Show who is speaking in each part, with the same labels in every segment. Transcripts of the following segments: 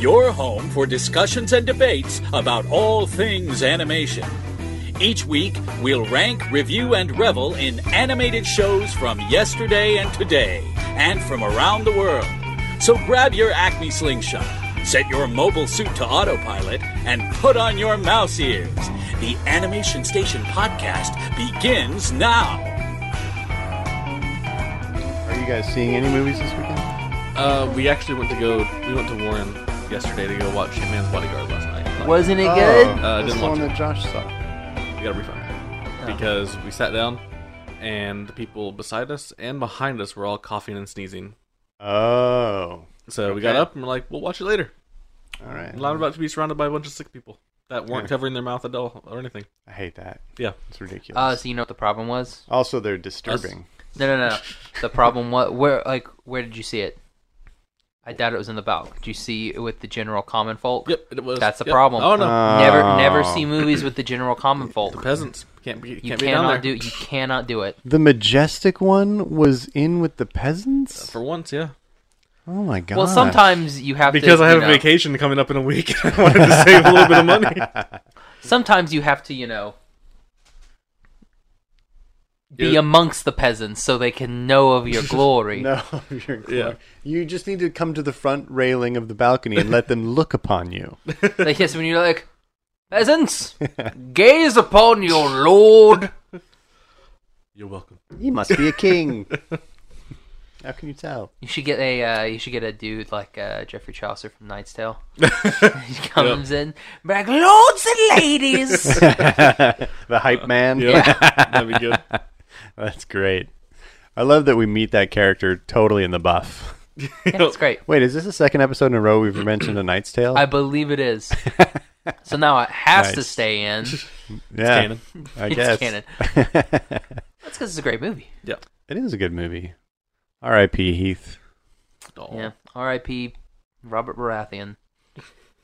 Speaker 1: your home for discussions and debates about all things animation. Each week, we'll rank, review, and revel in animated shows from yesterday and today, and from around the world. So grab your Acme Slingshot, set your mobile suit to autopilot, and put on your mouse ears. The Animation Station Podcast begins now.
Speaker 2: Are you guys seeing any movies this weekend?
Speaker 3: Uh, we actually went to go. We went to Warren yesterday to go watch Hitman's Bodyguard last night.
Speaker 4: Wasn't it good?
Speaker 3: Uh, I
Speaker 2: that's
Speaker 3: didn't
Speaker 2: the
Speaker 3: watch
Speaker 2: one
Speaker 3: it.
Speaker 2: that Josh saw.
Speaker 3: We got a refund
Speaker 2: Oh.
Speaker 3: because we sat down, and the people beside us and behind us were all coughing and sneezing.
Speaker 2: Oh,
Speaker 3: So we got
Speaker 2: Okay.
Speaker 3: up and we're like, "We'll watch it later."
Speaker 2: all right.
Speaker 3: And I'm about to be surrounded by a bunch of sick people that weren't
Speaker 2: Yeah.
Speaker 3: covering their mouth at all or anything.
Speaker 2: I hate that.
Speaker 3: Yeah.
Speaker 2: It's ridiculous.
Speaker 4: Uh, so you know what the problem was?
Speaker 2: also, they're disturbing.
Speaker 4: No, no, no. no. the problem was where, like, where did you see it? I doubt it was in the balcony. Did you see it with the general common folk?
Speaker 3: Yep, it was.
Speaker 4: That's the
Speaker 3: yep.
Speaker 4: problem.
Speaker 3: Oh no,
Speaker 4: Never,
Speaker 2: Oh.
Speaker 4: never see movies with the general common
Speaker 3: the
Speaker 4: folk.
Speaker 3: peasants can't be. Can't
Speaker 4: You
Speaker 3: be down there.
Speaker 4: cannot do. You cannot do it.
Speaker 2: The majestic one was in with the peasants.
Speaker 3: Uh, for once, yeah.
Speaker 2: Oh my god.
Speaker 4: Well, sometimes you have
Speaker 3: Because
Speaker 4: to,
Speaker 3: I have
Speaker 4: you
Speaker 3: a
Speaker 4: know,
Speaker 3: vacation coming up in a week, I wanted to save a little bit of money.
Speaker 4: Sometimes you have to, you know, be
Speaker 3: Yeah.
Speaker 4: amongst the peasants so they can know of your glory.
Speaker 2: No, you're cool.
Speaker 3: Yeah.
Speaker 2: You just need to come to the front railing of the balcony and let them look upon you.
Speaker 4: Like yes, when you're like, peasants, gaze upon your lord.
Speaker 3: You're welcome.
Speaker 2: You must be a king. How can you tell?
Speaker 4: You should get a uh, you should get a dude like uh, Jeffrey Chaucer from Knight's Tale. he comes in, be like lords and ladies.
Speaker 2: the hype man.
Speaker 3: Uh, Yeah, that'd be good.
Speaker 2: That's great. I love that we meet that character totally in the buff.
Speaker 4: That's great.
Speaker 2: Wait, is this the second episode in a row we've mentioned a Knight's Tale?
Speaker 4: I believe it is. so now it has to
Speaker 2: Nice.
Speaker 4: stay in.
Speaker 2: yeah,
Speaker 3: Canon.
Speaker 2: I
Speaker 4: it's
Speaker 2: guess
Speaker 4: canon. That's because it's a great movie.
Speaker 2: it is a good movie. R.I.P. Heath.
Speaker 3: Aw.
Speaker 2: Oh.
Speaker 4: Yeah. R.I.P. Robert Baratheon.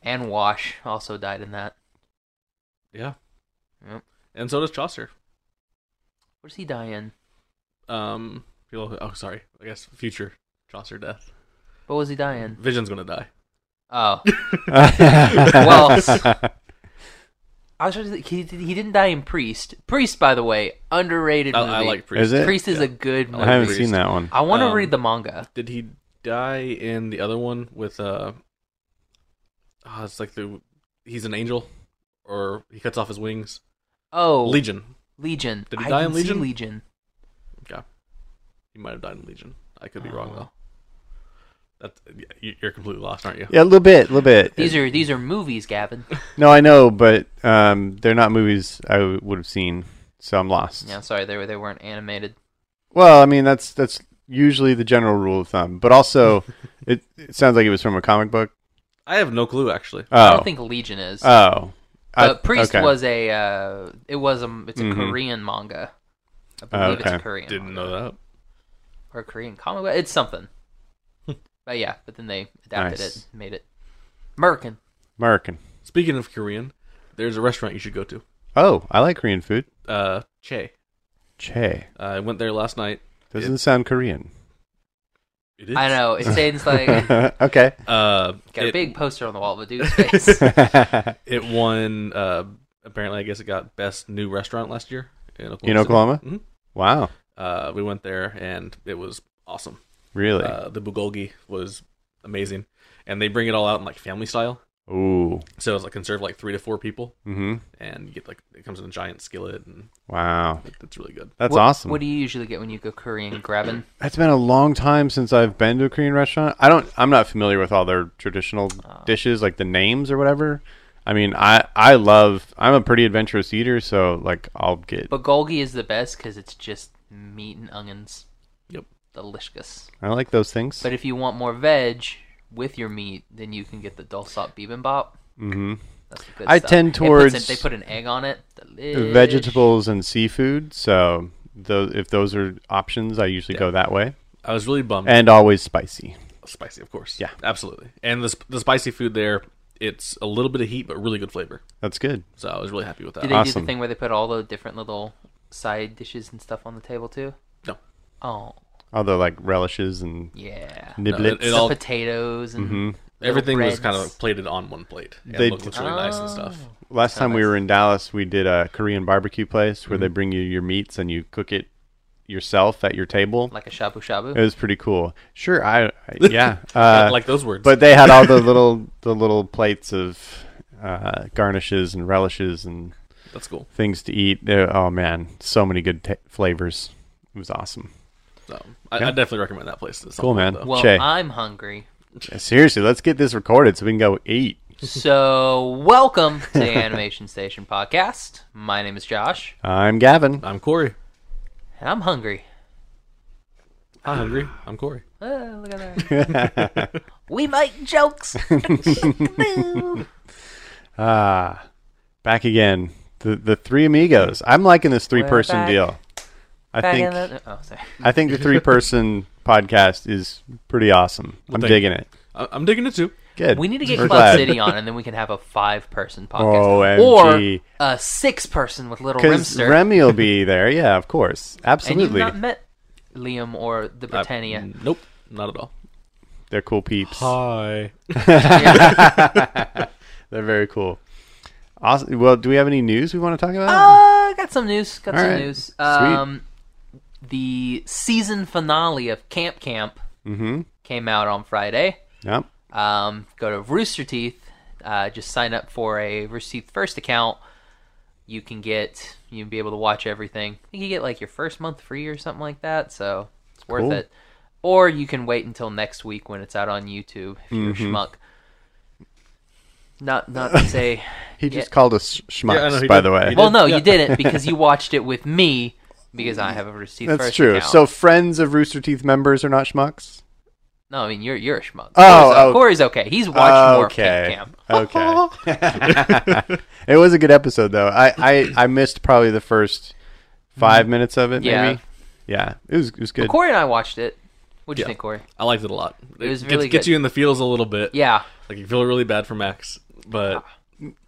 Speaker 4: And Wash also died in that.
Speaker 3: Yeah.
Speaker 4: Yep.
Speaker 3: And so does Chaucer.
Speaker 4: What does he die in?
Speaker 3: Um, people. Oh, sorry. I guess future Chaucer death.
Speaker 4: What was he die in?
Speaker 3: Vision's gonna die.
Speaker 4: Oh,
Speaker 2: well,
Speaker 4: I was trying to think, he, he didn't die in Priest. Priest, by the way, underrated
Speaker 3: I,
Speaker 4: movie.
Speaker 3: I like priest.
Speaker 2: Is Oh, it?
Speaker 4: Priest is
Speaker 3: Yeah.
Speaker 4: a good
Speaker 3: I
Speaker 4: movie.
Speaker 2: I haven't
Speaker 3: Priest.
Speaker 2: seen that one.
Speaker 4: I want to
Speaker 3: Um,
Speaker 4: read the manga.
Speaker 3: Did he die in the other one with uh? Oh, it's like the he's an angel, or he cuts off his wings.
Speaker 4: Oh,
Speaker 3: Legion.
Speaker 4: Legion.
Speaker 3: Did he
Speaker 4: I
Speaker 3: die in
Speaker 4: didn't see
Speaker 3: Legion?
Speaker 4: Legion.
Speaker 3: He might have died in Legion. I could be wrong
Speaker 4: Oh.
Speaker 3: though. That's you- you're completely lost, aren't you?
Speaker 2: Yeah, a little bit, a little bit.
Speaker 4: These are these are movies, Gavin.
Speaker 2: no, I know, but um, they're not movies I w- would have seen, so I'm lost.
Speaker 4: yeah, sorry, they were they weren't animated.
Speaker 2: Well, I mean that's that's usually the general rule of thumb, but also it, it sounds like it was from a comic book.
Speaker 3: I have no clue actually.
Speaker 2: Oh,
Speaker 4: I don't think Legion is.
Speaker 2: oh, I-
Speaker 4: but Priest
Speaker 2: okay.
Speaker 4: was a uh, it was a it's a
Speaker 2: Mhm.
Speaker 4: Korean manga. I believe it's
Speaker 2: Oh, okay.
Speaker 4: a Korean
Speaker 3: Didn't
Speaker 4: manga.
Speaker 3: know that.
Speaker 4: or a Korean comic book. It's something. but yeah, but then they adapted
Speaker 2: Nice.
Speaker 4: it, made it American.
Speaker 2: American.
Speaker 3: Speaking of Korean, there's a restaurant you should go to.
Speaker 2: Oh, I like Korean food.
Speaker 3: Uh, Che.
Speaker 2: Che
Speaker 3: Uh, I went there last night.
Speaker 2: doesn't sound Korean.
Speaker 3: It is.
Speaker 4: I know. It sounds like
Speaker 2: okay.
Speaker 3: Uh,
Speaker 4: got a
Speaker 3: it-
Speaker 4: big poster on the wall of a dude's face.
Speaker 3: It won. Uh, apparently, I guess it got best new restaurant last year in Oklahoma.
Speaker 2: In Oklahoma?
Speaker 3: City. Mhm.
Speaker 2: wow.
Speaker 3: Uh, we went there and it was awesome.
Speaker 2: Really?
Speaker 3: Uh, the bulgogi was amazing, and they bring it all out in like family style.
Speaker 2: Ooh.
Speaker 3: So it's like can serve like three to four people,
Speaker 2: hmm
Speaker 3: and you get like it comes in a giant skillet, and
Speaker 2: Wow.
Speaker 3: it- it's really good.
Speaker 2: That's
Speaker 4: what,
Speaker 2: awesome.
Speaker 4: What do you usually get when you go Korean grabbing?
Speaker 2: It's been a long time since I've been to a Korean restaurant. I don't. I'm not familiar with all their traditional dishes, like the names or whatever. I mean, I I love. I'm a pretty adventurous eater, so like I'll get.
Speaker 4: Bulgogi is the best because it's just meat and onions.
Speaker 3: Yep.
Speaker 4: Delicious.
Speaker 2: I like those things.
Speaker 3: Mm-hmm.
Speaker 4: But if you want more veg with your meat, then you can get the dulsop bibimbap.
Speaker 2: hmm
Speaker 4: That's the good
Speaker 2: I
Speaker 4: stuff.
Speaker 2: tend
Speaker 4: It puts
Speaker 2: towards
Speaker 4: it- they put an egg on it. Delish.
Speaker 2: vegetables and seafood. So tho- if those are options, I usually go that way.
Speaker 3: I was really bummed.
Speaker 2: And always spicy.
Speaker 3: spicy, of course.
Speaker 2: Yeah.
Speaker 3: absolutely. And the sp- the spicy food there, it's a little bit of heat, but really good flavor.
Speaker 2: That's good.
Speaker 3: So I was really happy with that.
Speaker 4: Did they do
Speaker 2: Awesome.
Speaker 4: the thing where they put all the different little side dishes and stuff on the table too?
Speaker 3: No.
Speaker 4: Oh
Speaker 2: All the like relishes and
Speaker 4: yeah.
Speaker 2: niblets.
Speaker 3: it
Speaker 4: The
Speaker 3: all- Mm-hmm.
Speaker 4: potatoes and little
Speaker 3: Everything was kind of
Speaker 4: breads.
Speaker 3: like plated on one plate. And
Speaker 2: They
Speaker 3: it
Speaker 2: d-
Speaker 3: looked, looks really nice and stuff.
Speaker 2: Last time we were in Dallas, we did a Korean barbecue place where they bring you your meats and you cook it yourself at your table.
Speaker 4: like a shabu shabu.
Speaker 2: it was pretty cool. Sure, I, I yeah, uh,
Speaker 3: I like those words.
Speaker 2: But they had all the little the little plates of uh, garnishes and relishes and
Speaker 3: That's cool.
Speaker 2: things to eat. There- oh man, so many good ta flavors. It was awesome.
Speaker 3: So I,
Speaker 2: Yeah.
Speaker 3: I definitely recommend that place. at some
Speaker 2: Cool, man.
Speaker 3: point, though.
Speaker 4: well,
Speaker 2: Che.
Speaker 4: I'm hungry.
Speaker 2: Seriously, let's get this recorded so we can go eat.
Speaker 4: So welcome to the Animation Station podcast. My name is Josh,
Speaker 2: I'm Gavin.
Speaker 3: I'm Corey.
Speaker 4: and I'm hungry.
Speaker 3: I'm hungry. I'm Corey.
Speaker 4: Oh, look at that. we make jokes. That's
Speaker 2: Ah, back again. The the three amigos. I'm liking this three person
Speaker 4: back.
Speaker 2: deal. I think
Speaker 4: oh, sorry.
Speaker 2: I think the three person podcast is pretty awesome. I'm
Speaker 3: thank
Speaker 2: digging it.
Speaker 3: I- I'm digging it too.
Speaker 2: Good.
Speaker 4: We need to get
Speaker 2: We're
Speaker 4: Club
Speaker 2: glad. Oh,
Speaker 4: City on, and then we can have a five-person podcast,
Speaker 2: OMG.
Speaker 4: or a six-person with Little
Speaker 2: 'Cause
Speaker 4: Rimster.
Speaker 2: Remy will be there. Yeah, of course.
Speaker 4: and you've
Speaker 2: Absolutely. Uh,
Speaker 4: not met Liam or
Speaker 3: I-
Speaker 4: the Britannia.
Speaker 3: Uh, Nope, not at all.
Speaker 2: They're cool peeps.
Speaker 3: Hi.
Speaker 2: They're very cool. Awesome. Well, do we have any news we want to talk about?
Speaker 4: Uh, got some news. Got
Speaker 2: All
Speaker 4: some
Speaker 2: right.
Speaker 4: news.
Speaker 2: Sweet.
Speaker 4: Um, the season finale of Camp Camp
Speaker 2: Mhm.
Speaker 4: came out on Friday.
Speaker 2: Yep.
Speaker 4: Um, go to Rooster Teeth. Uh, just sign up for a Rooster Teeth First account. You can get you can be able to watch everything. You can get like your first month free or something like that. So it's worth
Speaker 2: Cool.
Speaker 4: it. Or you can wait until next week when it's out on YouTube if you're
Speaker 2: Mm-hmm.
Speaker 4: a schmuck. Not not to say
Speaker 2: He
Speaker 4: Yeah.
Speaker 2: just called us schmucks,
Speaker 3: Yeah, I know, he
Speaker 2: by
Speaker 3: did.
Speaker 2: the way.
Speaker 3: He
Speaker 4: Well,
Speaker 3: did.
Speaker 4: no,
Speaker 3: Yeah.
Speaker 4: you didn't because you watched it with me because I have a receipt.
Speaker 2: That's
Speaker 4: first
Speaker 2: true.
Speaker 4: account.
Speaker 2: So friends of Rooster Teeth members are not schmucks?
Speaker 4: no, I mean you're you're a schmuck.
Speaker 2: Oh,
Speaker 4: Corey's,
Speaker 2: oh.
Speaker 4: Corey's okay. He's watched more Camp
Speaker 2: okay.
Speaker 4: Camp.
Speaker 2: Okay. it was a good episode though. I, I, I missed probably the first five minutes of it.
Speaker 4: Yeah.
Speaker 2: Maybe. Yeah. It was it was good.
Speaker 4: Corey and I watched it. What'd you
Speaker 3: Yeah.
Speaker 4: think, Corey?
Speaker 3: I liked it a lot. It,
Speaker 4: was
Speaker 3: gets,
Speaker 4: really
Speaker 3: gets
Speaker 4: good.
Speaker 3: you in the feels a little bit.
Speaker 4: Yeah, Ah.
Speaker 3: Like you feel really bad for Max, but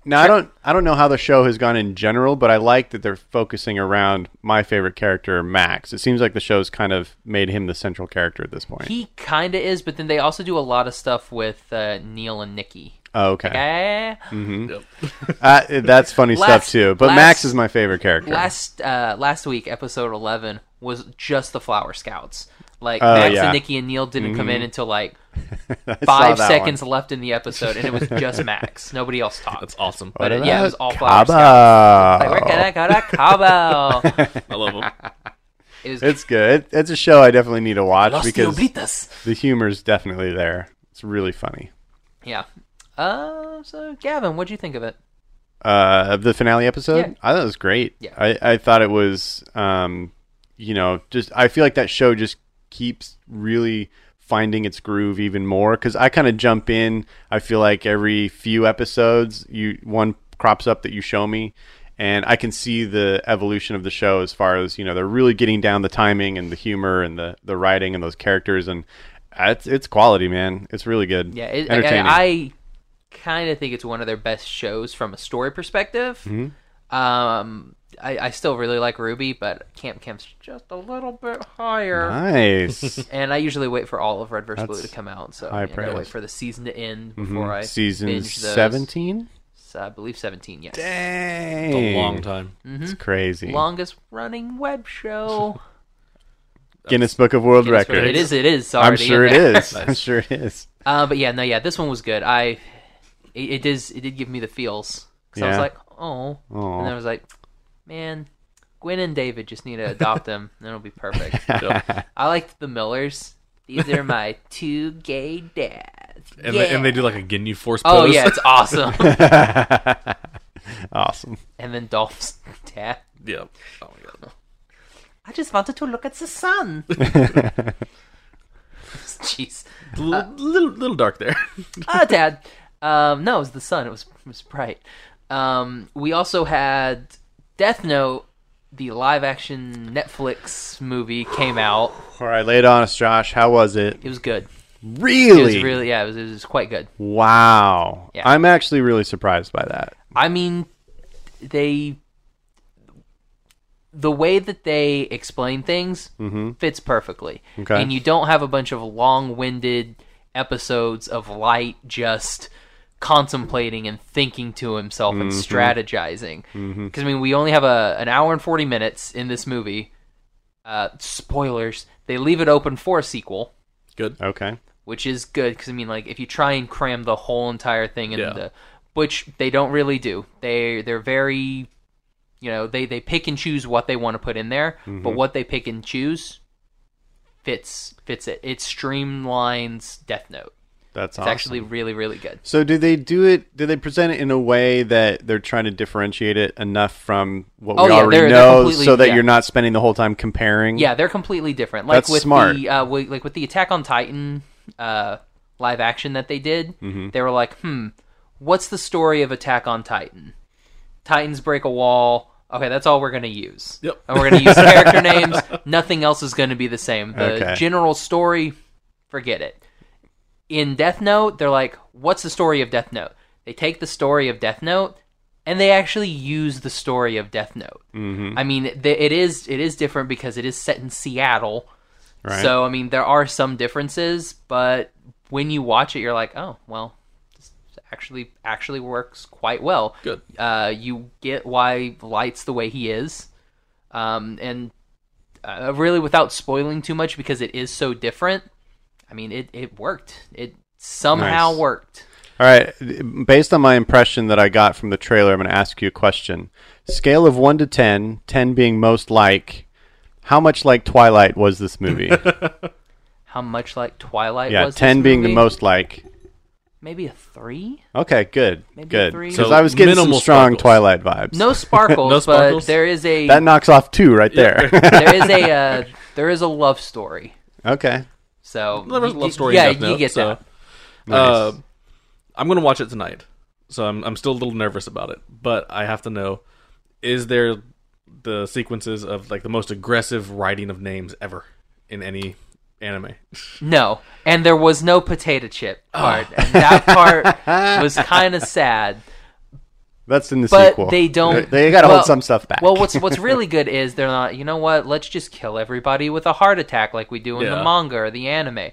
Speaker 2: Now I don't I don't know how the show has gone in general, but I like that they're focusing around my favorite character, Max. It seems like the show's kind of made him the central character at this point.
Speaker 4: he kinda is, but then they also do a lot of stuff with uh, Neil and Nikki.
Speaker 2: oh, okay.
Speaker 4: Eh,
Speaker 2: Mm-hmm. Uh, that's funny stuff
Speaker 4: Last-
Speaker 2: too. But
Speaker 4: last-
Speaker 2: Max is my favorite character.
Speaker 4: last uh, last week, episode eleven was just the Flower Scouts. Like
Speaker 2: Oh,
Speaker 4: Max
Speaker 2: yeah. Mm-hmm.
Speaker 4: and Nikki and Neil didn't come in until like
Speaker 2: I saw
Speaker 4: five
Speaker 2: that
Speaker 4: seconds
Speaker 2: one.
Speaker 4: left in the episode, and it was just Max. Nobody else talked.
Speaker 3: that's awesome.
Speaker 2: What
Speaker 4: But it- yeah, it was
Speaker 2: about
Speaker 4: all Flower
Speaker 2: Cabo?
Speaker 4: Like, we're gonna go to Cabo.
Speaker 3: I love him.
Speaker 4: It was
Speaker 2: It's good. It's a show I definitely need to watch
Speaker 4: Los
Speaker 2: because
Speaker 4: Diablitas.
Speaker 2: the humor's definitely there. It's really funny.
Speaker 4: Yeah. Uh, so Gavin, what'd you think of it?
Speaker 2: uh, of the finale episode.
Speaker 4: Yeah.
Speaker 2: I thought it was great.
Speaker 4: Yeah.
Speaker 2: I, I thought it was, um, you know, just I feel like that show just keeps really finding its groove even more because I kind of jump in. I feel like every few episodes, you one crops up that you show me. And I can see the evolution of the show as far as you know they're really getting down the timing and the humor and the, the writing and those characters and it's it's quality man it's really good
Speaker 4: Yeah, it, I,
Speaker 2: entertaining
Speaker 4: I kind of think it's one of their best shows from a story perspective.
Speaker 2: Mm-hmm.
Speaker 4: Um, I, I still really like Ruby, but Camp Camp's just a little bit higher.
Speaker 2: nice
Speaker 4: And I usually wait for all of Red vs. Blue to
Speaker 2: That's
Speaker 4: come out, so
Speaker 2: high
Speaker 4: I gotta
Speaker 2: praise. Mm-hmm.
Speaker 4: wait for the season to end before I
Speaker 2: season
Speaker 4: binge those.
Speaker 2: 17
Speaker 4: So I believe seventeen. Yes,
Speaker 2: Dang.
Speaker 3: It's a long time.
Speaker 4: Mm-hmm.
Speaker 2: It's crazy.
Speaker 4: longest running web show.
Speaker 2: Guinness Book of World
Speaker 4: Guinness World-
Speaker 2: Records.
Speaker 4: It is. It is. It's
Speaker 2: I'm
Speaker 4: already in
Speaker 2: sure it
Speaker 4: there.
Speaker 2: is. I'm sure it is.
Speaker 4: Uh, but yeah, no, yeah, this one was good. I, it, it is, it did give me the feels. Cause I was
Speaker 2: Yeah.
Speaker 4: like, oh,
Speaker 2: Aw.
Speaker 4: and then I was like, man, Gwen and David just need to adopt him, and it'll be perfect.
Speaker 3: Yep.
Speaker 4: I liked the Millers. These are my two gay dads.
Speaker 3: And,
Speaker 4: yeah.
Speaker 3: they, and they do like a Ginyu Force
Speaker 4: Oh
Speaker 3: pose.
Speaker 4: yeah, it's awesome.
Speaker 2: Awesome.
Speaker 4: and then Dolph's dad.
Speaker 3: yeah. Oh my
Speaker 4: Uh,
Speaker 3: god.
Speaker 4: I just wanted to look at the sun. Jeez.
Speaker 3: Little, little, little dark there.
Speaker 4: Ah, Dad. Um, no, it was the sun. It was it was bright. Um, we also had Death Note, the live action Netflix movie came out.
Speaker 2: All right, lay it on us, Josh. How was it?
Speaker 4: It was good.
Speaker 2: Really?
Speaker 4: It was really yeah. It was, it was quite good.
Speaker 2: Wow.
Speaker 4: Yeah.
Speaker 2: I'm actually really surprised by that.
Speaker 4: I mean, they the way that they explain things fits perfectly,
Speaker 2: Okay.
Speaker 4: and you don't have a bunch of long-winded episodes of light just contemplating and thinking to himself and strategizing. Because I mean, we only have a an hour and forty minutes in this movie. Uh, spoilers: they leave it open for a sequel
Speaker 3: Good.
Speaker 2: Okay.
Speaker 4: which is good because I mean, like, if you try and cram the whole entire thing into,
Speaker 3: Yeah.
Speaker 4: the, which they don't really do. They they're very, you know, they they pick and choose what they want to put in there, but what they pick and choose fits fits it. It streamlines Death Note.
Speaker 2: That's
Speaker 4: It's
Speaker 2: awesome.
Speaker 4: actually really really good.
Speaker 2: So do they do it? Do they present it in a way that they're trying to differentiate it enough from what
Speaker 4: Oh,
Speaker 2: we
Speaker 4: yeah,
Speaker 2: already
Speaker 4: they're- they're
Speaker 2: know,
Speaker 4: completely-
Speaker 2: so that
Speaker 4: yeah.
Speaker 2: you're not spending the whole time comparing?
Speaker 4: Yeah, they're completely different. Like
Speaker 2: That's
Speaker 4: with
Speaker 2: smart.
Speaker 4: the uh, wi- like with the Attack on Titan uh, live action that they did,
Speaker 2: Mm-hmm.
Speaker 4: they were like, "Hmm, what's the story of Attack on Titan? Titans break a wall. Okay, that's all we're gonna use.
Speaker 3: Yep.
Speaker 4: and we're gonna use character names. Nothing else is gonna be the same. The
Speaker 2: Okay.
Speaker 4: general story, forget it. In Death Note, they're like, "What's the story of Death Note? They take the story of Death Note." And they actually use the story of Death Note.
Speaker 2: Mm-hmm.
Speaker 4: I mean, th- it is it is different because it is set in Seattle.
Speaker 2: Right.
Speaker 4: So I mean, there are some differences, but when you watch it, you're like, oh, well, this actually actually works quite well.
Speaker 3: Good.
Speaker 4: Uh, you get why Light's the way he is, um, and uh, really without spoiling too much because it is so different. I mean, it it worked. It somehow
Speaker 2: Nice.
Speaker 4: worked.
Speaker 2: All right. Based on my impression that I got from the trailer, I'm going to ask you a question. Scale of one to ten, ten being most like. How much like Twilight was this movie?
Speaker 4: How much like Twilight
Speaker 2: yeah,
Speaker 4: was? this
Speaker 2: ten being
Speaker 4: movie?
Speaker 2: the most like.
Speaker 4: Maybe a three.
Speaker 2: Okay, good,
Speaker 4: Maybe
Speaker 2: good.
Speaker 4: three.
Speaker 2: Because
Speaker 3: So
Speaker 2: I was getting some
Speaker 3: minimal
Speaker 2: strong
Speaker 3: sparkles.
Speaker 2: Twilight vibes.
Speaker 4: No sparkles,
Speaker 3: sparkles?
Speaker 4: but there is a
Speaker 2: that knocks off two right there.
Speaker 4: there is a uh, there is a love story.
Speaker 2: okay,
Speaker 4: So
Speaker 3: There was a
Speaker 4: you-
Speaker 3: love story.
Speaker 4: Yeah,
Speaker 3: in Death
Speaker 4: you
Speaker 3: Note,
Speaker 4: get
Speaker 3: so,
Speaker 4: that.
Speaker 3: Uh, I'm gonna watch it tonight, so I'm I'm still a little nervous about it. But I have to know: is there the sequences of like the most aggressive writing of names ever in any anime?
Speaker 4: No, and there was no potato chip part, and that part was kind of sad.
Speaker 2: that's in the
Speaker 4: But
Speaker 2: sequel.
Speaker 4: they don't.
Speaker 2: They, got to
Speaker 4: well-
Speaker 2: hold some stuff back.
Speaker 4: Well, what's what's really good is they're not. You know what? Let's just kill everybody with a heart attack like we do in the
Speaker 3: Yeah.
Speaker 4: manga or the anime.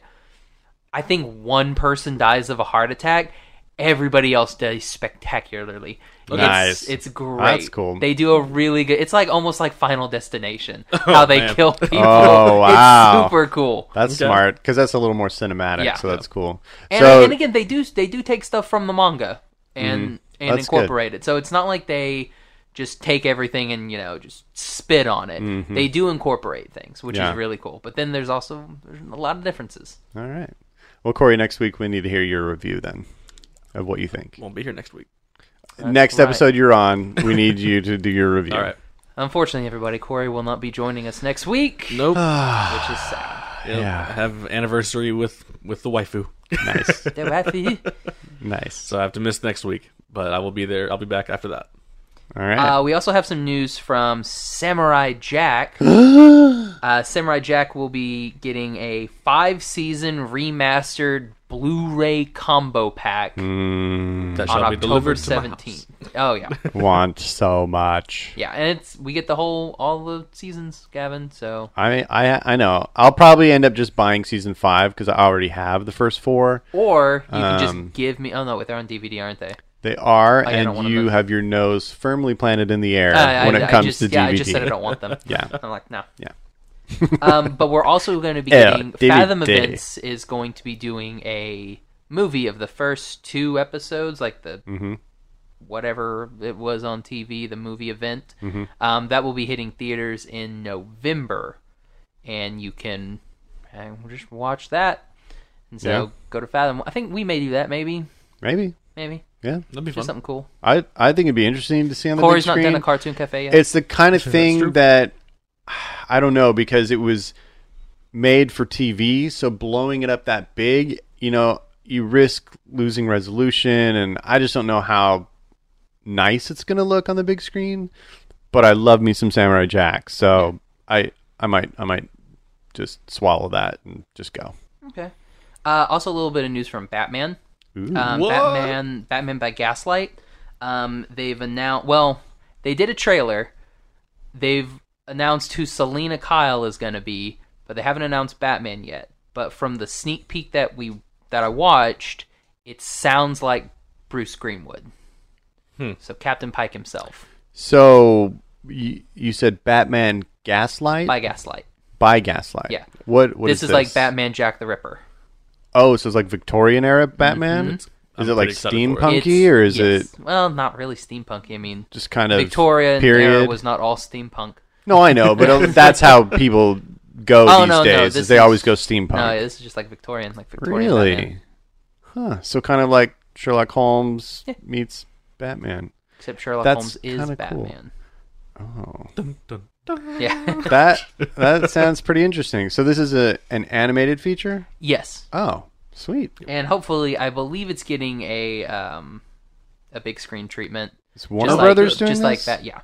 Speaker 4: I think one person dies of a heart attack. Everybody else dies spectacularly. It's-
Speaker 2: Nice. Oh,
Speaker 4: It's, great.
Speaker 2: That's cool.
Speaker 4: They do a really good. It's like almost like Final Destination. How they
Speaker 3: Oh, man.
Speaker 4: kill people.
Speaker 2: Oh, wow.
Speaker 4: It's super cool.
Speaker 2: that's
Speaker 3: Okay.
Speaker 2: smart because that's a little more cinematic.
Speaker 4: Yeah.
Speaker 2: so that's cool.
Speaker 4: And,
Speaker 2: so Mm,
Speaker 4: and again, they do they do take stuff from the manga and and
Speaker 2: That's good.
Speaker 4: incorporate it. So it's not like they just take everything and you know just spit on it. They do incorporate things, which
Speaker 2: Mm-hmm. Yeah.
Speaker 4: is really cool. But then there's also there's a lot of differences.
Speaker 2: all right. Well, Corey, next week we need to hear your review then of what you think.
Speaker 3: Won't be here next week.
Speaker 2: next
Speaker 4: right.
Speaker 2: episode you're on, we need you to do your review.
Speaker 3: All right.
Speaker 4: Unfortunately, everybody, Corey will not be joining us next week,
Speaker 3: Nope.
Speaker 4: which is sad.
Speaker 3: yeah. I have anniversary with with the waifu,
Speaker 2: Nice,
Speaker 4: They're happy.
Speaker 2: nice.
Speaker 3: so I have to miss next week. But I will be there. I'll be back after that.
Speaker 2: All right.
Speaker 4: Uh, we also have some news from Samurai Jack. uh, Samurai Jack will be getting a five season remastered Blu ray combo pack
Speaker 2: Mm.
Speaker 3: That shall
Speaker 4: on
Speaker 3: be
Speaker 4: October
Speaker 3: delivered to my house.
Speaker 4: seventeenth. Oh yeah,
Speaker 2: Want so much.
Speaker 4: yeah, and it's we get the whole all the seasons, Gavin. So
Speaker 2: I I I know. I'll probably end up just buying season five because I already have the first four.
Speaker 4: or you can
Speaker 2: Um,
Speaker 4: just give me. Oh no, wait, they're on DVD, aren't they?
Speaker 2: They are,
Speaker 4: I don't
Speaker 2: and
Speaker 4: wanna
Speaker 2: you
Speaker 4: move.
Speaker 2: have your nose firmly planted in the air
Speaker 4: Uh,
Speaker 2: when
Speaker 4: I,
Speaker 2: it
Speaker 4: I
Speaker 2: comes
Speaker 4: just,
Speaker 2: to DVD.
Speaker 4: Yeah, I just said I don't want them.
Speaker 2: Yeah.
Speaker 4: I'm like no.
Speaker 2: Yeah.
Speaker 4: um, but we're also going to be
Speaker 2: Yeah,
Speaker 4: getting
Speaker 2: DVD.
Speaker 4: Fathom Events is going to be doing a movie of the first two episodes, like the
Speaker 2: Mm-hmm.
Speaker 4: whatever it was on TV, the movie event.
Speaker 2: Mm-hmm.
Speaker 4: Um, that will be hitting theaters in November, and you can uh, just watch that. And so
Speaker 2: Yeah.
Speaker 4: go to Fathom. I think we may do that. Maybe,
Speaker 2: Maybe.
Speaker 4: maybe
Speaker 2: Yeah.
Speaker 3: That'd be
Speaker 4: just
Speaker 3: fun.
Speaker 4: something cool.
Speaker 2: I I think it'd be interesting to see on the
Speaker 4: Corey's
Speaker 2: big
Speaker 4: not
Speaker 2: screen.
Speaker 4: done a cartoon cafe yet.
Speaker 2: It's the kind of
Speaker 3: true.
Speaker 2: thing that I don't know because it was made for TV, so blowing it up that big, you know, you risk losing resolution, and I just don't know how nice it's going to look on the big screen. But I love me some Samurai Jack, so I I might I might just swallow that and just go.
Speaker 4: Okay. Uh, also, a little bit of news from Batman.
Speaker 2: Ooh.
Speaker 4: Um,
Speaker 3: What?
Speaker 4: Batman, Batman by Gaslight. Um, they've announced. Well, they did a trailer. They've announced who Selena Kyle is going to be, but they haven't announced Batman yet. But from the sneak peek that we that I watched, it sounds like Bruce Greenwood.
Speaker 2: Hmm.
Speaker 4: So Captain Pike himself
Speaker 2: So you, you said Batman Gaslight
Speaker 4: by Gaslight.
Speaker 2: by Gaslight.
Speaker 4: Yeah.
Speaker 2: What what
Speaker 4: this
Speaker 2: is
Speaker 4: is like Batman Jack the Ripper.
Speaker 2: Oh, so it's like Victorian era Batman?
Speaker 3: Mm-hmm. I'm
Speaker 2: Is it like
Speaker 3: pretty excited for it.
Speaker 2: steampunky or is
Speaker 4: yes.
Speaker 2: it
Speaker 4: well, not really steampunky. I mean,
Speaker 2: just kind of
Speaker 4: Victorian era
Speaker 2: period?
Speaker 4: was not all steampunk.
Speaker 2: No, I know, but that's how people go
Speaker 4: Oh,
Speaker 2: these
Speaker 4: no, no,
Speaker 2: days.
Speaker 4: this
Speaker 2: is they
Speaker 4: is-
Speaker 2: always go steampunk.
Speaker 4: No, this is just like Victorian, like Victorian.
Speaker 2: really?
Speaker 4: Batman.
Speaker 2: Huh. So kind of like Sherlock Holmes meets Batman.
Speaker 4: Except Sherlock
Speaker 2: That's
Speaker 4: Holmes is
Speaker 2: kinda cool. Oh.
Speaker 4: Batman.
Speaker 3: Dun, dun.
Speaker 4: Yeah.
Speaker 2: That that sounds pretty interesting. So this is a an animated feature?
Speaker 4: yes.
Speaker 2: Oh, sweet.
Speaker 4: And hopefully, I believe it's getting a um, a big screen treatment.
Speaker 2: Is Warner
Speaker 4: Just like-
Speaker 2: Brothers doing
Speaker 4: just
Speaker 2: this?
Speaker 4: like that. Yeah.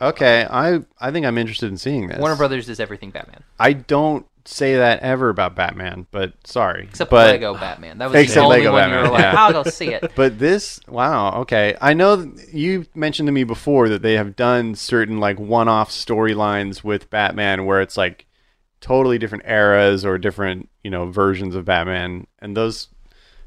Speaker 2: Okay, I I think I'm interested in seeing this.
Speaker 4: Warner Brothers is everything Batman
Speaker 2: I don't say that ever about Batman, but sorry.
Speaker 4: except
Speaker 2: but,
Speaker 4: Lego Batman. That was the
Speaker 2: Except
Speaker 4: only
Speaker 2: Lego
Speaker 4: one you were
Speaker 2: Batman,
Speaker 4: like,
Speaker 2: yeah.
Speaker 4: I'll go see it.
Speaker 2: But this, wow, okay. I know th- you mentioned to me before that they have done certain like one-off storylines with Batman where it's like totally different eras or different, you know, versions of Batman, and those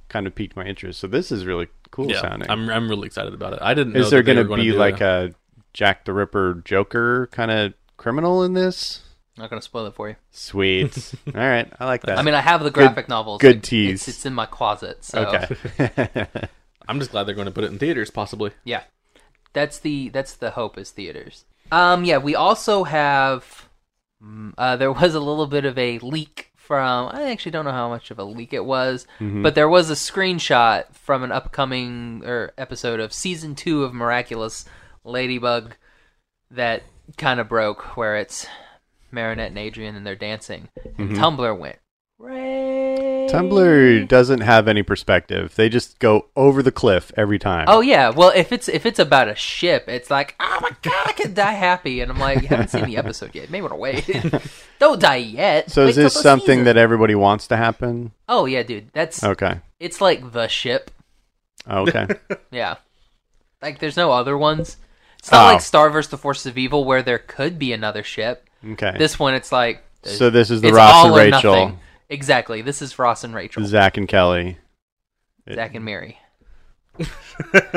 Speaker 2: kind of piqued my interest. So this is really cool
Speaker 3: Yeah,
Speaker 2: sounding.
Speaker 3: I'm I'm really excited about it. I didn't. know
Speaker 2: is there
Speaker 3: that they
Speaker 2: going
Speaker 3: were
Speaker 2: to
Speaker 3: gonna
Speaker 2: be
Speaker 3: do
Speaker 2: like
Speaker 3: a,
Speaker 2: a Jack the Ripper Joker kind of criminal in this?
Speaker 4: not gonna spoil it for you.
Speaker 2: Sweet. All right, I like that.
Speaker 4: I mean, I have the graphic novels.
Speaker 2: good
Speaker 4: Like, it's-
Speaker 2: tease.
Speaker 4: It's, in my closet. So
Speaker 2: okay.
Speaker 3: I'm just glad they're going to put it in theaters, possibly.
Speaker 4: yeah, that's the that's the hope is theaters. Um, yeah, we also have. mm, Uh, there was a little bit of a leak from. I actually don't know how much of a leak it was, but there was a screenshot from an upcoming or episode of season two of Miraculous Ladybug that kind of broke, where it's Marinette and Adrian and they're dancing, and Tumblr went. Ray.
Speaker 2: Tumblr doesn't have any perspective. They just go over the cliff every time.
Speaker 4: Oh yeah, well if it's if it's about a ship, it's like oh my god, I could die happy, and I'm like, you haven't seen the episode yet. You may want to wait. Don't die yet.
Speaker 2: so is
Speaker 4: Wait till
Speaker 2: this
Speaker 4: the
Speaker 2: something
Speaker 4: season.
Speaker 2: that everybody wants to happen?
Speaker 4: Oh yeah, dude, that's
Speaker 2: Okay. Oh,
Speaker 4: it's like the ship.
Speaker 2: Okay.
Speaker 4: Yeah, like there's no other ones. It's not
Speaker 2: Oh.
Speaker 4: like Star vs. the Forces of Evil where there could be another ship.
Speaker 2: Okay.
Speaker 4: This one, it's like
Speaker 2: so this is the
Speaker 4: it's
Speaker 2: Ross
Speaker 4: all
Speaker 2: and
Speaker 4: or
Speaker 2: Rachel,
Speaker 4: nothing. Exactly. This is Ross and Rachel,
Speaker 2: Zach and Kelly.
Speaker 4: Zach and Mary.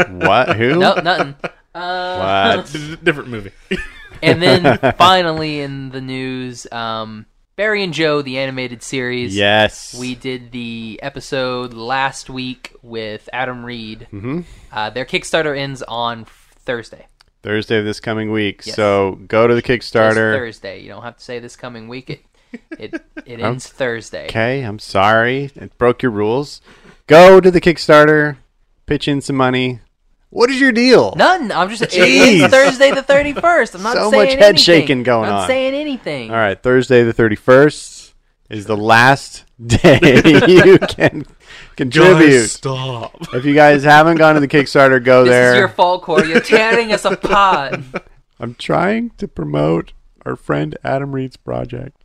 Speaker 2: What? Who?
Speaker 4: No, nothing. Uh,
Speaker 2: What?
Speaker 3: Different movie.
Speaker 4: And then finally in the news, um, Barry and Joe, the animated series.
Speaker 2: yes.
Speaker 4: We did the episode last week with Adam Reed.
Speaker 2: Mhm.
Speaker 4: Uh, their Kickstarter ends on Thursday.
Speaker 2: Thursday of this coming week.
Speaker 4: Yes.
Speaker 2: So go to the
Speaker 4: It's
Speaker 2: Kickstarter.
Speaker 4: Thursday. You don't have to say this coming week. It it, it ends Thursday.
Speaker 2: Okay. I'm sorry. It broke your rules. Go to the Kickstarter. Pitch in some money. What is your deal?
Speaker 4: None. I'm just. it-
Speaker 2: Jeez.
Speaker 4: It's Thursday the 31st. I'm not
Speaker 2: So
Speaker 4: saying
Speaker 2: much head
Speaker 4: anything.
Speaker 2: shaking going
Speaker 4: I'm not
Speaker 2: on.
Speaker 4: saying anything.
Speaker 2: All right, Thursday the 31st is the last day you can contribute.
Speaker 3: stop.
Speaker 2: If you guys haven't gone to the Kickstarter, go
Speaker 4: This
Speaker 2: there.
Speaker 4: is your fault, Corey. You're tearing us apart.
Speaker 2: I'm trying to promote our friend Adam Reed's project.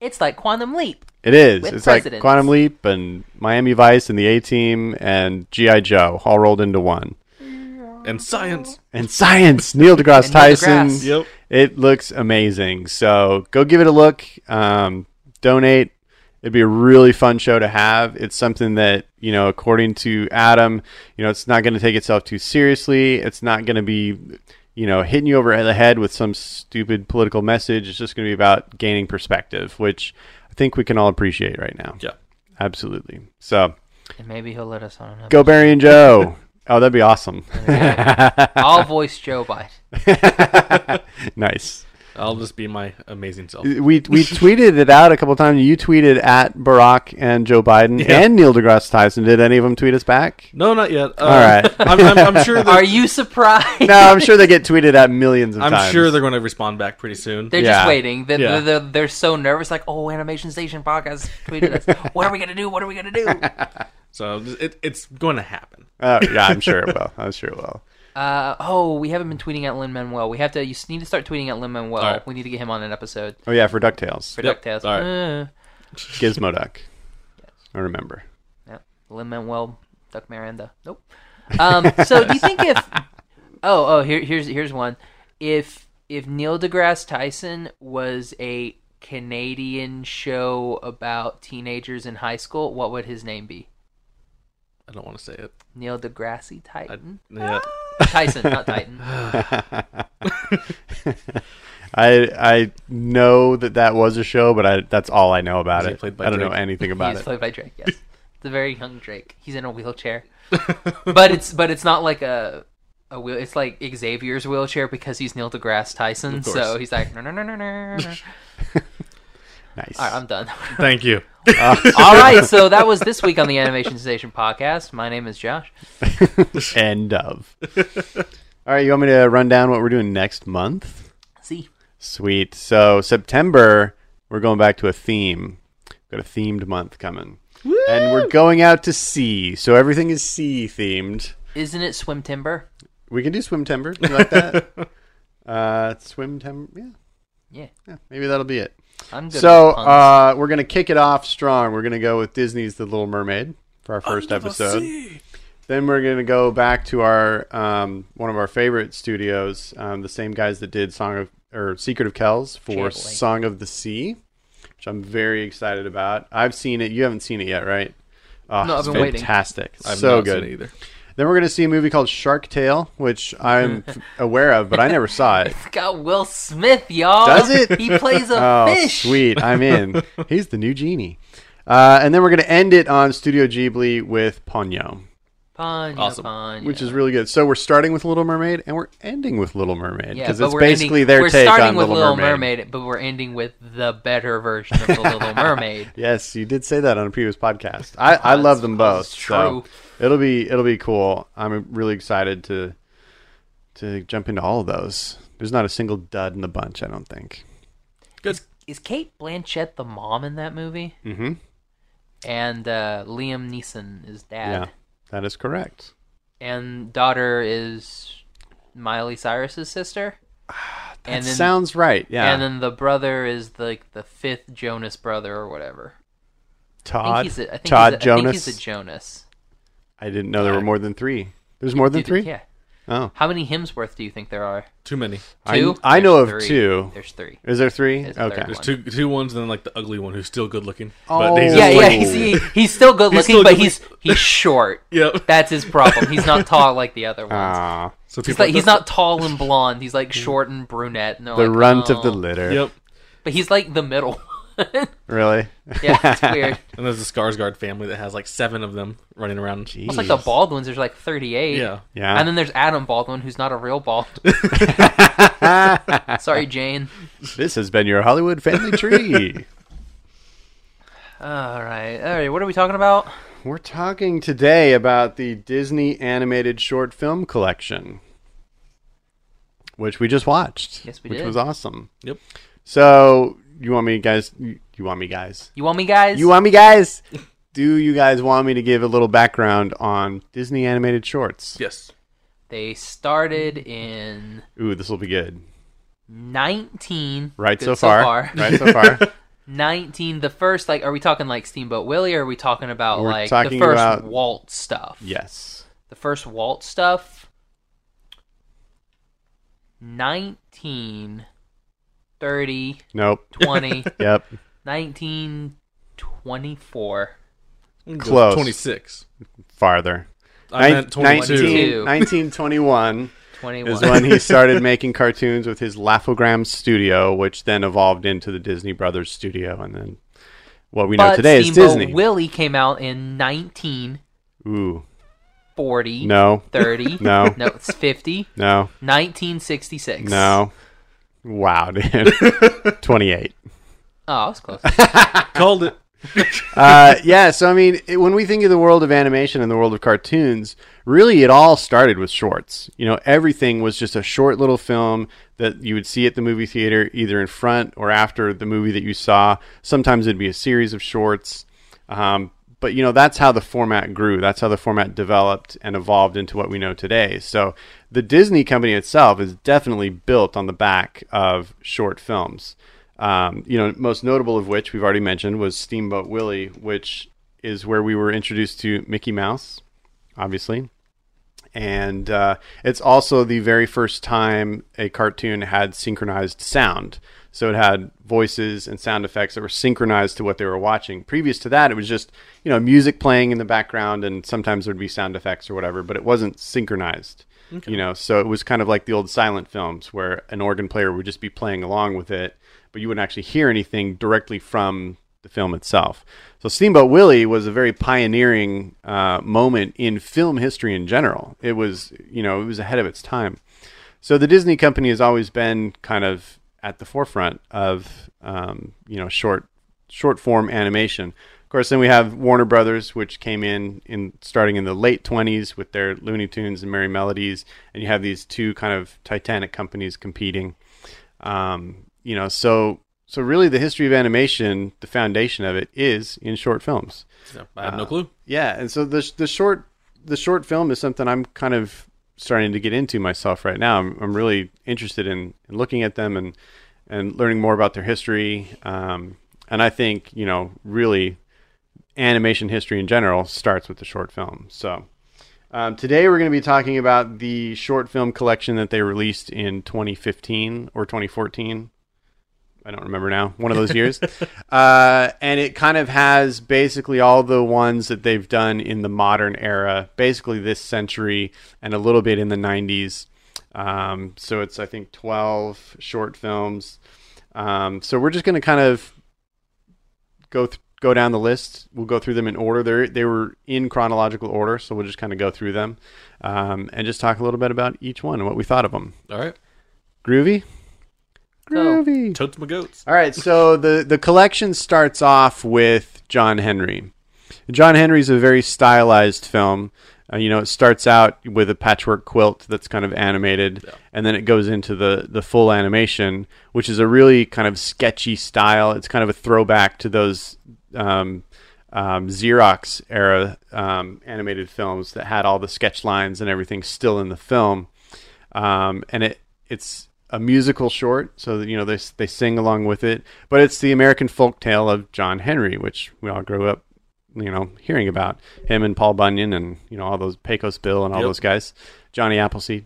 Speaker 4: It's like Quantum Leap.
Speaker 2: It is.
Speaker 4: With
Speaker 2: it's like
Speaker 4: presidents.
Speaker 2: Quantum Leap and Miami Vice and the A Team and G.I. Joe all rolled into one.
Speaker 3: And science.
Speaker 2: And science, Neil deGrasse
Speaker 4: And Neil
Speaker 2: Tyson.
Speaker 4: deGrasse.
Speaker 3: Yep.
Speaker 2: It looks amazing. So go give it a look. Um, donate. It'd be a really fun show to have. It's something that, you know, according to Adam, you know, it's not going to take itself too seriously. It's not going to be, you know, hitting you over the head with some stupid political message. It's just going to be about gaining perspective, which I think we can all appreciate right now.
Speaker 3: Yeah.
Speaker 2: Absolutely. So
Speaker 4: And maybe he'll let us on another.
Speaker 2: go Barry and Joe. oh, that'd be awesome.
Speaker 4: I'll voice Joe Biden.
Speaker 2: nice.
Speaker 3: I'll just be my amazing self.
Speaker 2: We we tweeted it out a couple times. You tweeted at Barack and Joe Biden
Speaker 3: Yeah.
Speaker 2: and Neil deGrasse Tyson. Did any of them tweet us back?
Speaker 3: No, not yet.
Speaker 2: All
Speaker 3: Um,
Speaker 2: right.
Speaker 3: I'm, I'm, I'm sure.
Speaker 4: Are
Speaker 3: They're,
Speaker 4: you surprised?
Speaker 2: No, I'm sure they get tweeted at millions of
Speaker 3: I'm
Speaker 2: times.
Speaker 3: sure they're going to respond back pretty soon.
Speaker 4: They're
Speaker 2: Yeah.
Speaker 4: just waiting. They're,
Speaker 3: Yeah.
Speaker 4: they're, they're, they're so nervous. Like, oh, Animation Station podcast tweeted us. What are we gonna do? What are we gonna do?
Speaker 3: So it, it's going to happen.
Speaker 2: Oh, yeah, I'm sure it will. I'm sure it will.
Speaker 4: Uh, oh, we haven't been tweeting at Lin Manuel. We have to. You s- need to start tweeting at Lin Manuel.
Speaker 3: All right.
Speaker 4: We need to get him on an episode
Speaker 2: Oh yeah, for Ducktales,
Speaker 4: for
Speaker 3: Yep.
Speaker 4: Ducktales. Uh.
Speaker 3: All
Speaker 2: Gizmo Duck. I remember.
Speaker 4: Lin Manuel Duck Miranda. Nope. Um, so do you think if oh oh here here's here's one if if Neil deGrasse Tyson was a Canadian show about teenagers in high school, what would his name be?
Speaker 3: I don't want to say it.
Speaker 4: Neil deGrasse
Speaker 3: I,
Speaker 4: Titan.
Speaker 3: yeah.
Speaker 4: Ah. Tyson, not Titan.
Speaker 2: I I know that that was a show, but I that's all I know about
Speaker 3: Is he
Speaker 2: it.
Speaker 3: played by
Speaker 2: I don't
Speaker 3: Drake?
Speaker 2: know anything about
Speaker 4: He's
Speaker 2: it.
Speaker 4: played by Drake. Yes, the very young Drake. He's in a wheelchair, but it's but it's not like a a wheel. It's like Xavier's wheelchair because he's Neil deGrasse Tyson.
Speaker 3: course.
Speaker 4: So he's like, no, no, no, no, no. no."
Speaker 2: nice.
Speaker 4: All right, I'm done.
Speaker 3: Thank you.
Speaker 4: All right, so that was this week on the Animation Station podcast. My name is Josh.
Speaker 2: End of. All right, you want me to run down what we're doing next month?
Speaker 4: See,
Speaker 2: Sweet. So September, we're going back to a theme. Got a themed month coming, and we're going out to sea. So everything is sea themed.
Speaker 4: isn't it swim timber?
Speaker 2: We can do swim timber. You like that? uh, swim timber. Yeah,
Speaker 4: Yeah,
Speaker 2: yeah. Maybe that'll be it.
Speaker 4: I'm good.
Speaker 2: So
Speaker 4: with puns.
Speaker 2: uh, we're gonna kick it off strong. We're gonna go with Disney's The Little Mermaid for our first episode. Then we're gonna go back to our um, one of our favorite studios, um, the same guys that did Song of or Secret of Kells for
Speaker 4: Chantling.
Speaker 2: Song of the Sea, which I'm very excited about. I've seen it. You haven't seen it yet, right? Oh,
Speaker 4: No, I've
Speaker 2: it's
Speaker 4: been waiting.
Speaker 2: fantastic.
Speaker 3: I've
Speaker 2: so
Speaker 3: not
Speaker 2: good.
Speaker 3: Seen it either.
Speaker 2: Then we're gonna see a movie called Shark Tale, which I'm f- aware of, but I never saw it.
Speaker 4: it's got Will Smith, y'all.
Speaker 2: Does it?
Speaker 4: He plays a
Speaker 2: Oh,
Speaker 4: fish.
Speaker 2: sweet. I'm in. He's the new genie. Uh, and then we're going to end it on Studio Ghibli with Ponyo,
Speaker 4: Ponyo,
Speaker 3: Awesome.
Speaker 4: Ponyo.
Speaker 2: which is really good. So we're starting with Little Mermaid and we're ending with Little Mermaid
Speaker 4: Yeah,
Speaker 2: because
Speaker 4: but
Speaker 2: it's
Speaker 4: we're
Speaker 2: basically
Speaker 4: ending,
Speaker 2: their
Speaker 4: we're
Speaker 2: take
Speaker 4: starting
Speaker 2: on
Speaker 4: with
Speaker 2: Little, Mermaid.
Speaker 4: but we're ending with the better version of the Little Mermaid.
Speaker 2: Yes, you did say that on a previous podcast. I, I love them both.
Speaker 4: that's
Speaker 2: So
Speaker 4: true.
Speaker 2: it'll be it'll be cool. I'm really excited to to jump into all of those. There's not a single dud in the bunch, I don't think.
Speaker 3: Good.
Speaker 4: Is Kate Blanchett the mom in that movie?
Speaker 2: Mm-hmm.
Speaker 4: And uh, Liam Neeson is
Speaker 2: Yeah,
Speaker 4: dad,
Speaker 2: that is correct.
Speaker 4: and daughter is Miley Cyrus's sister.
Speaker 2: That
Speaker 4: and then,
Speaker 2: sounds right. Yeah.
Speaker 4: and then the brother is like the fifth Jonas brother or whatever. I
Speaker 2: Todd.
Speaker 4: think he's a, I think
Speaker 2: Todd
Speaker 4: he's a, I
Speaker 2: Jonas.
Speaker 4: think he's a Jonas.
Speaker 2: I didn't know there were more than three. There's more than
Speaker 4: Dude,
Speaker 2: three.
Speaker 4: Yeah.
Speaker 2: Oh,
Speaker 4: How many Hemsworth do you think there are?
Speaker 3: Too many.
Speaker 2: I-
Speaker 4: Two.
Speaker 2: I, know of
Speaker 4: There's three.
Speaker 2: two.
Speaker 4: There's three.
Speaker 2: Is there three?
Speaker 4: There's a
Speaker 2: okay.
Speaker 4: third
Speaker 3: There's
Speaker 4: One.
Speaker 3: two two ones and then like the ugly one who's still good looking.
Speaker 2: Oh.
Speaker 3: But he's
Speaker 4: Yeah,
Speaker 3: just
Speaker 4: yeah,
Speaker 3: like,
Speaker 4: he's, he, he's still good looking,
Speaker 3: still
Speaker 4: but
Speaker 3: good
Speaker 4: he's he's short.
Speaker 3: yeah.
Speaker 4: That's his problem. He's not tall like the other ones.
Speaker 2: Ah,
Speaker 3: So
Speaker 4: he's
Speaker 3: people
Speaker 4: like he's not tall and blonde. He's like short and brunette. And they're
Speaker 2: the
Speaker 4: like,
Speaker 2: runt of the
Speaker 4: "Oh."
Speaker 2: litter.
Speaker 3: Yep.
Speaker 4: But he's like the middle.
Speaker 2: Really?
Speaker 4: yeah, it's weird.
Speaker 3: And there's the Skarsgård family that has like seven of them running around.
Speaker 4: It's like the Baldwins. There's like 38.
Speaker 3: Yeah.
Speaker 2: Yeah.
Speaker 4: And then there's Adam Baldwin, who's not a real bald. Sorry, Jane.
Speaker 2: this has been your Hollywood family tree.
Speaker 4: All right, all right. What are we talking about?
Speaker 2: We're talking today about the Disney animated short film collection, which we just watched.
Speaker 4: Yes, we
Speaker 2: which
Speaker 4: did.
Speaker 2: was awesome.
Speaker 3: Yep.
Speaker 2: So you want me guys? You you want me guys?
Speaker 4: You want me, guys?
Speaker 2: You want me guys? Do you guys want me to give a little background on Disney animated shorts?
Speaker 3: Yes.
Speaker 4: They started in
Speaker 2: Ooh, this will be good.
Speaker 4: 19.
Speaker 2: Right
Speaker 4: Good
Speaker 2: so far. Right so far.
Speaker 4: 19 the first like are we talking like steamboat willie or are we talking about
Speaker 2: We're
Speaker 4: like
Speaker 2: talking
Speaker 4: the first
Speaker 2: about-
Speaker 4: walt stuff
Speaker 2: yes.
Speaker 4: the first walt stuff 19 30
Speaker 2: Nope.
Speaker 4: 20
Speaker 2: Yep.
Speaker 4: 19 24
Speaker 2: Close.
Speaker 3: Twenty six.
Speaker 2: Farther.
Speaker 3: I meant
Speaker 2: Nin-
Speaker 3: twenty two.
Speaker 4: 22.
Speaker 2: 1921
Speaker 4: 21
Speaker 2: is when he started making cartoons with his Laughogram studio, which then evolved into the Disney Brothers studio, and then what we know
Speaker 4: but
Speaker 2: today
Speaker 4: steamboat
Speaker 2: is Disney.
Speaker 4: willie came out in 1940
Speaker 2: Ooh. No.
Speaker 4: 30
Speaker 2: No.
Speaker 4: no it's 50
Speaker 2: No.
Speaker 4: 1966
Speaker 2: No. Wow, dude. 28.
Speaker 4: Oh, I was close.
Speaker 3: Called it.
Speaker 2: Uh, yeah, so I mean, it, when we think of the world of animation and the world of cartoons, really it all started with shorts. You know, everything was just a short little film that you would see at the movie theater, either in front or after the movie that you saw. Sometimes it'd be a series of shorts. Um, but you know that's how the format grew. That's how the format developed and evolved into what we know today. So the Disney company itself is definitely built on the back of short films. Um, you know, most notable of which we've already mentioned was Steamboat Willie, which is where we were introduced to Mickey Mouse, obviously. And uh, it's also the very first time a cartoon had synchronized sound. So it had voices and sound effects that were synchronized to what they were watching. Previous to that, it was just, you know, music playing in the background and sometimes there'd be sound effects or whatever, but it wasn't synchronized. You know, so it was kind of like the old silent films where an organ player would just be playing along with it, but you wouldn't actually hear anything directly from the film itself. So Steamboat Willie was a very pioneering uh, moment in film history in general. It was, you know, it was ahead of its time. So the Disney company has always been kind of at the forefront of, um, you know, short short form animation. Of course, then we have Warner Brothers, which came in in starting in the late 20s with their Looney Tunes and Merry Melodies, and you have these two kind of titanic companies competing um, you know so so really the history of animation the foundation of it is in short films
Speaker 3: So, I have no clue.
Speaker 2: yeah and so the, the short the short film is something i'm kind of starting to get into myself right now i'm, I'm really interested in, in looking at them and and learning more about their history um, and i think you know really animation history in general starts with the short film so um, today we're going to be talking about the short film collection that they released in 2015 or 2014 I don't remember now. One of those years, uh, and it kind of has basically all the ones that they've done in the modern era, basically this century, and a little bit in the '90s. Um, so it's I think 12 short films. Um, so we're just going to kind of go th- go down the list. We'll go through them in order. They they were in chronological order, so we'll just kind of go through them um, and just talk a little bit about each one and what we thought of them.
Speaker 3: All right.
Speaker 2: Groovy, groovy.
Speaker 3: Totes my goats.
Speaker 2: All right, so the the collection starts off with John Henry. John Henry's a very stylized film. Uh, you know, it starts out with a patchwork quilt that's kind of animated, and then it goes into the the full animation, which is a really kind of sketchy style. It's kind of a throwback to those um, um, Xerox era um, animated films that had all the sketch lines and everything still in the film um, and it it's a musical short, so that, you know they s- they sing along with it. But it's the American folk tale of John Henry, which we all grew up, you know, hearing about him and Paul Bunyan and you know all those Pecos Bill and all
Speaker 3: Yep.
Speaker 2: those guys, Johnny Appleseed.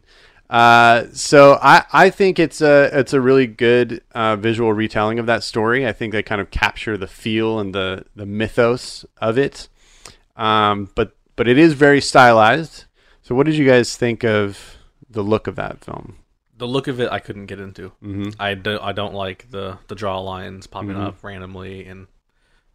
Speaker 2: Uh, so I, I think it's a it's a really good uh, visual retelling of that story. I think they kind of capture the feel and the the mythos of it. Um, but but it is very stylized. So what did you guys think of the look of that film?
Speaker 3: The look of it, I couldn't get into. Mm-hmm. I, do, I don't like the, the draw lines popping
Speaker 2: Mm-hmm.
Speaker 3: up randomly, and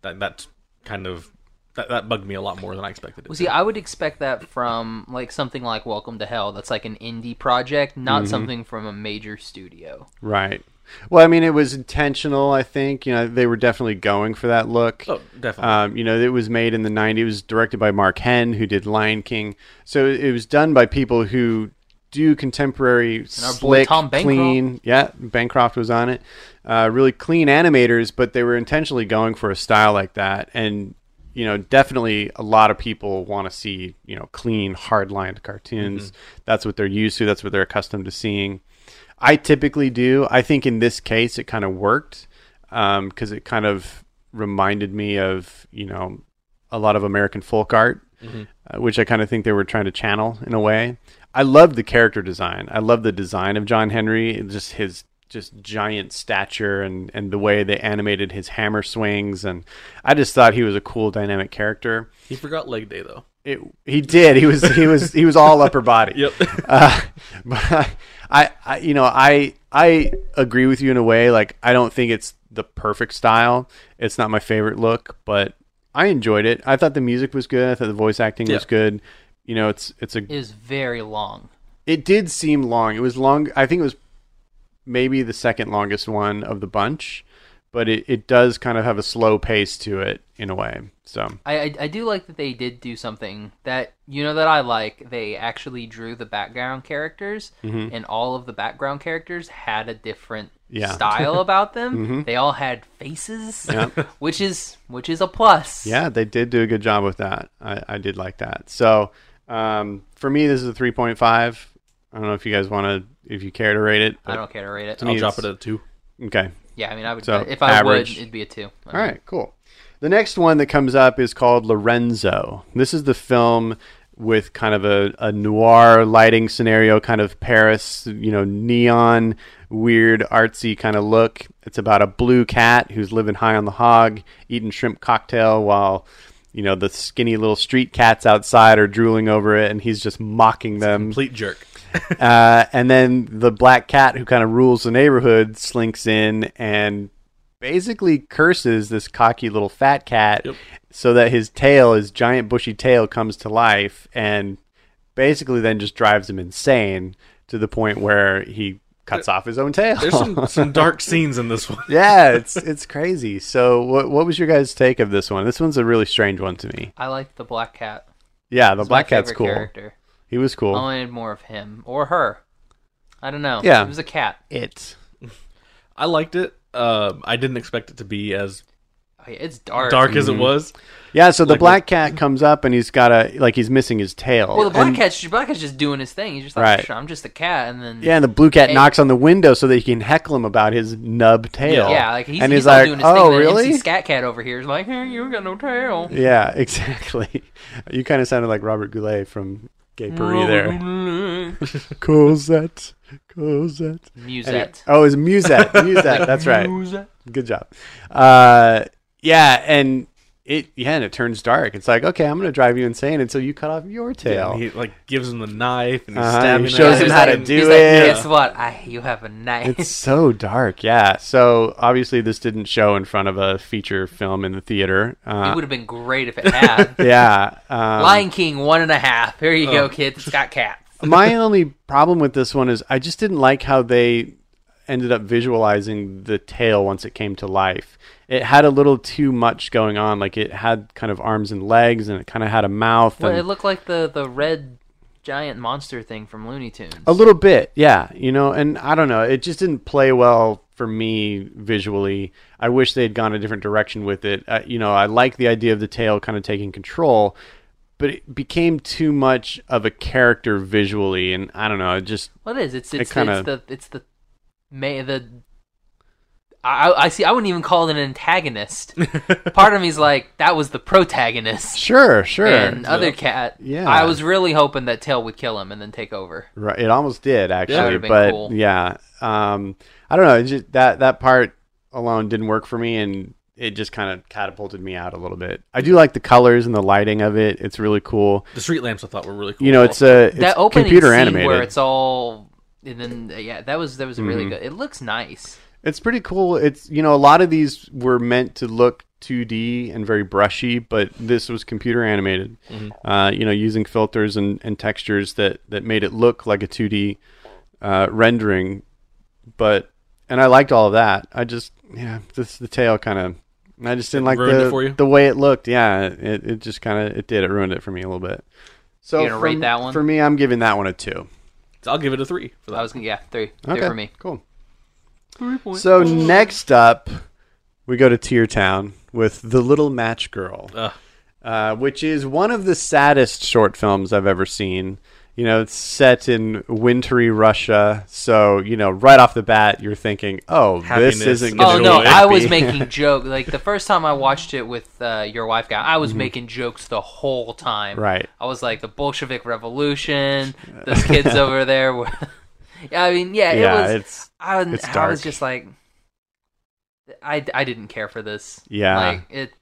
Speaker 3: that that's kind of that, that bugged me a lot more than I expected. It
Speaker 4: Well,
Speaker 3: to.
Speaker 4: see, I would expect that from like something like Welcome to Hell. That's like an indie project, not
Speaker 2: Mm-hmm.
Speaker 4: something from a major studio.
Speaker 2: Right. Well, I mean, it was intentional. I think you know they were definitely going for that look.
Speaker 3: Oh, definitely.
Speaker 2: Um, you know, it was made in the '90s. It was directed by Mark Henn, who did Lion King. So it was done by people who do contemporary
Speaker 4: our boy
Speaker 2: slick,
Speaker 4: Tom Bancroft.
Speaker 2: clean. Yeah, Bancroft was on it. Uh, really clean animators, but they were intentionally going for a style like that. And you know, definitely a lot of people want to see you know clean, hard-lined cartoons.
Speaker 4: Mm-hmm.
Speaker 2: That's what they're used to. That's what they're accustomed to seeing. I typically do. I think in this case, it kind of worked because it kind of reminded me of you know a lot of American folk art,
Speaker 4: Mm-hmm.
Speaker 2: uh, which I kind of think they were trying to channel in a way. I love the character design. I love the design of John Henry. It's Just his just giant stature and and the way they animated his hammer swings and I just thought he was a cool dynamic character.
Speaker 3: he forgot leg day though.
Speaker 2: It, he did. He was he was he was all upper body.
Speaker 3: Yep.
Speaker 2: Uh, but I, I, you know, I, I agree with you in a way. Like, I don't think it's the perfect style. It's not my favorite look, but I enjoyed it. I thought the music was good. I thought the voice acting was
Speaker 3: Yeah.
Speaker 2: good. You know, it's it's a
Speaker 4: It was very long.
Speaker 2: it did seem long. It was long. I think it was maybe the second longest one of the bunch, but it, it does kind of have a slow pace to it in a way. So
Speaker 4: I, I I do like that they did do something that you know that I like. They actually drew the background characters, and all of the background characters had a different
Speaker 2: Mm-hmm. Yeah. Mm-hmm.
Speaker 4: style about them. They all had faces, which is which is a plus.
Speaker 2: Yeah, they did do a good job with that. I, I did like that. So um, for me, this is a 3.5. I don't know if you guys want to, if you care to rate it.
Speaker 4: I don't care to rate it. Oh,
Speaker 2: me,
Speaker 3: I'll drop
Speaker 2: it's-
Speaker 3: it at two.
Speaker 2: Okay.
Speaker 4: Yeah, I mean, I would
Speaker 2: So,
Speaker 4: if I
Speaker 2: average.
Speaker 4: would, it'd be a two.
Speaker 2: All right, cool. The next one that comes up is called Lorenzo. This is the film with kind of a, a noir lighting scenario, kind of Paris, you know, neon, weird, artsy kind of look. It's about a blue cat who's living high on the hog, eating shrimp cocktail while, you know, the skinny little street cats outside are drooling over it and he's just mocking them.
Speaker 3: Complete jerk.
Speaker 2: Uh, and then the black cat who kind of rules the neighborhood slinks in and basically curses this cocky little fat cat so that his tail, his giant bushy tail, comes to life and basically then just drives him insane to the point where he cuts off his own tail.
Speaker 3: There's some, some dark scenes in this one.
Speaker 2: yeah, it's it's crazy. So what what was your guys' take of this one? This one's a really strange one to me.
Speaker 4: I like the black cat.
Speaker 2: Yeah, the
Speaker 4: He's my
Speaker 2: black cat's
Speaker 4: favorite
Speaker 2: cool.
Speaker 4: Character.
Speaker 2: He was cool.
Speaker 4: I wanted more of him or her. I don't know.
Speaker 2: Yeah.
Speaker 4: it was a cat.
Speaker 2: it.
Speaker 3: I liked it. Um, I didn't expect it to be as
Speaker 4: Oh, yeah, it's dark.
Speaker 3: dark as
Speaker 2: Mm-hmm.
Speaker 3: it was.
Speaker 2: Yeah, so the
Speaker 3: Like the-
Speaker 2: black cat comes up and he's got a like he's missing his tail.
Speaker 4: Well, the black
Speaker 2: And-
Speaker 4: cat's black cat's just doing his thing. He's just like,
Speaker 2: Right.
Speaker 4: "Psh, I'm just a cat, and then
Speaker 2: Yeah, and the blue cat
Speaker 4: Hey.
Speaker 2: knocks on the window so that he can heckle him about his nub tail.
Speaker 4: Yeah, like he's,
Speaker 2: and
Speaker 4: he's
Speaker 2: he's,
Speaker 4: all
Speaker 2: like,
Speaker 4: doing his
Speaker 2: "Oh,
Speaker 4: thing. And then
Speaker 2: really?"
Speaker 4: MC Scat Cat over here is like, hey, you ain't got no tail.
Speaker 2: Yeah, exactly. You kind of sounded like Robert Goulet from Gay Paris there. Cosette, Cosette.
Speaker 4: Musette.
Speaker 2: Oh, it's Musette. Musette. That's right. Good job. Uh, yeah, and it yeah, and it turns dark. It's like okay, I'm gonna drive you insane until you cut off your tail.
Speaker 3: And he like gives him the knife and he's
Speaker 2: Uh-huh,
Speaker 3: stabbing
Speaker 2: he shows
Speaker 3: at
Speaker 2: him
Speaker 4: He's
Speaker 2: how to
Speaker 4: like-
Speaker 2: do
Speaker 4: he's
Speaker 2: it.
Speaker 4: Like, Guess what? I, you have a knife.
Speaker 2: It's so dark, yeah. So obviously, this didn't show in front of a feature film in the theater.
Speaker 4: it
Speaker 2: Uh,
Speaker 4: would have been great if it had.
Speaker 2: yeah, um, oh.
Speaker 4: Lion King one and a half. Here you go, kid. It's got cats.
Speaker 2: my only problem with this one is I just didn't like how they ended up visualizing the tail once it came to life. It had a little too much going on. Like it had kind of arms and legs, and it kind of had a mouth.
Speaker 4: Well,
Speaker 2: and
Speaker 4: it looked like the the red giant monster thing from Looney Tunes.
Speaker 2: a little bit, yeah. You know, and I don't know. It just didn't play well for me visually. I wish they had gone a different direction with it. Uh, you know, I like the idea of the tail kind of taking control, but it became too much of a character visually, and I don't know. It just
Speaker 4: What is it's
Speaker 2: It
Speaker 4: it's,
Speaker 2: kinda-
Speaker 4: it's the it's the may the I, I I see. I wouldn't even call it an antagonist. Part of me's like that was the protagonist.
Speaker 2: sure, sure.
Speaker 4: And other cat,
Speaker 2: Yeah.
Speaker 4: I was really hoping that Tail would kill him and then take over.
Speaker 2: Right, it almost did
Speaker 4: That
Speaker 2: actually,
Speaker 4: would've been
Speaker 2: but
Speaker 4: cool.
Speaker 2: yeah, um, I don't know. It's just that that part alone didn't work for me, and it just kind of catapulted me out a little bit. I do like the colors and the lighting of it; it's really cool.
Speaker 3: The street lamps I thought were really cool.
Speaker 2: You know, it's uh, a it's
Speaker 4: that opening
Speaker 2: computer
Speaker 4: scene
Speaker 2: animated.
Speaker 4: where
Speaker 2: it's-,
Speaker 4: it's all and then yeah, that was that was really good. It looks nice.
Speaker 2: pretty cool. It's you know, a lot of these were meant to look 2D and very brushy, but this was computer animated. Uh, you know, using filters and, and textures that that made it look like a 2D uh, rendering, but and I liked all of that. I just yeah, this the tail kind of I just didn't like
Speaker 3: ruined
Speaker 2: the
Speaker 3: it for you?
Speaker 2: the way it looked. Yeah, it, it just kind of it did it ruined it for me a little bit. So
Speaker 4: You gonna
Speaker 2: for
Speaker 4: rate
Speaker 2: m-
Speaker 4: that one?
Speaker 2: for me? I'm giving that one a two.
Speaker 3: I'll give it a three for that.
Speaker 4: I was yeah three three
Speaker 2: Okay,
Speaker 4: for me.
Speaker 2: cool. So next up, we go to Tear Town with the Little Match Girl.
Speaker 3: Ugh.
Speaker 2: uh, which is one of the saddest short films I've ever seen. You know, it's set in wintry Russia, so you know right off the bat you're thinking, "Oh,
Speaker 3: Happiness
Speaker 2: this isn't
Speaker 3: and
Speaker 2: going
Speaker 4: Oh
Speaker 2: to
Speaker 4: no,
Speaker 3: Joy.
Speaker 4: I was making joke. Like the first time I watched it with uh, your wife guy, I was making jokes the whole time.
Speaker 2: Mm-hmm. Right.
Speaker 4: I was like the Bolshevik Revolution. Those kids over there. Were... yeah, I mean, yeah,
Speaker 2: Yeah,
Speaker 4: it was.
Speaker 2: it's-
Speaker 4: I, was-
Speaker 2: it's
Speaker 4: I was
Speaker 2: dark.
Speaker 4: just like, I, I didn't care for this.
Speaker 2: Yeah.
Speaker 4: Like it.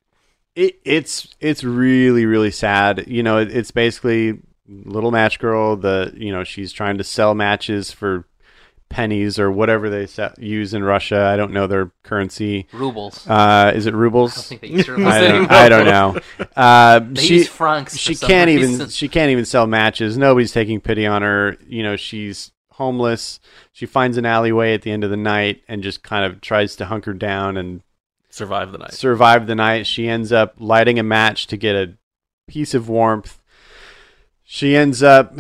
Speaker 2: it, it's it's really really sad. You know, it, it's basically little match girl. The you know she's trying to sell matches for pennies or whatever they se- use in Russia. I don't know their currency.
Speaker 4: Rubles.
Speaker 2: Uh, is it rubles?
Speaker 4: I don't think they use rubles
Speaker 2: I don't,
Speaker 4: anymore.
Speaker 2: I don't know. Uh,
Speaker 4: They
Speaker 2: she,
Speaker 4: use francs. for
Speaker 2: She
Speaker 4: some
Speaker 2: can't even
Speaker 4: reason.
Speaker 2: she can't even sell matches. Nobody's taking pity on her. You know, she's homeless. She finds an alleyway at the end of the night and just kind of tries to hunker down and
Speaker 3: Survive the night.
Speaker 2: survive the night. She ends up lighting a match to get a piece of warmth. She ends up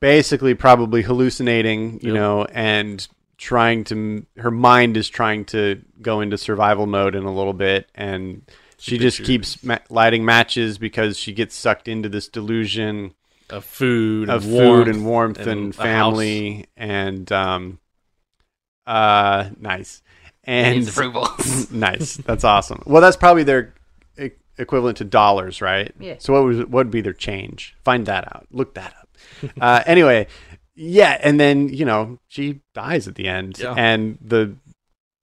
Speaker 2: basically probably hallucinating, you
Speaker 3: Yep.
Speaker 2: know, and trying to her mind is trying to go into survival mode in a little bit and she, just
Speaker 3: pictures-
Speaker 2: keeps ma- lighting matches because she gets sucked into this delusion
Speaker 3: Of food,
Speaker 2: of
Speaker 3: and warmth,
Speaker 2: food and warmth and,
Speaker 3: and a
Speaker 2: family and um uh nice and
Speaker 4: Needs approval.
Speaker 2: nice. That's awesome. Well, that's probably their e- equivalent to dollars, right?
Speaker 4: Yeah.
Speaker 2: So what was what would be their change? Find that out. Look that up. uh, anyway, yeah, and then you know she dies at the end,
Speaker 3: Yeah.
Speaker 2: and the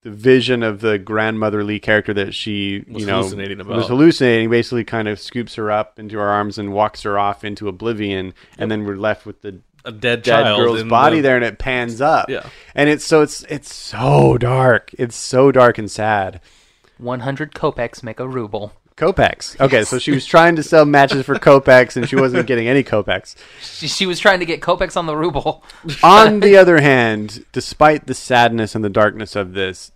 Speaker 2: the vision of the grandmother Lee character that she
Speaker 3: Was
Speaker 2: you know
Speaker 3: hallucinating about.
Speaker 2: was hallucinating basically kind of scoops her up into her arms and walks her off into oblivion, and then we're left with the
Speaker 3: a dead,
Speaker 2: dead
Speaker 3: child
Speaker 2: girl's
Speaker 3: in
Speaker 2: body
Speaker 3: the-
Speaker 2: there and it pans up
Speaker 3: Yeah.
Speaker 2: and it's so it's it's so dark it's so dark and sad
Speaker 4: 100 kopecks make a ruble.
Speaker 2: Copex. Okay, so she was trying to sell matches for Copex and she wasn't getting any Copex.
Speaker 4: She, she was trying to get kopecks on the ruble.
Speaker 2: On the other hand, despite the sadness and the darkness of this,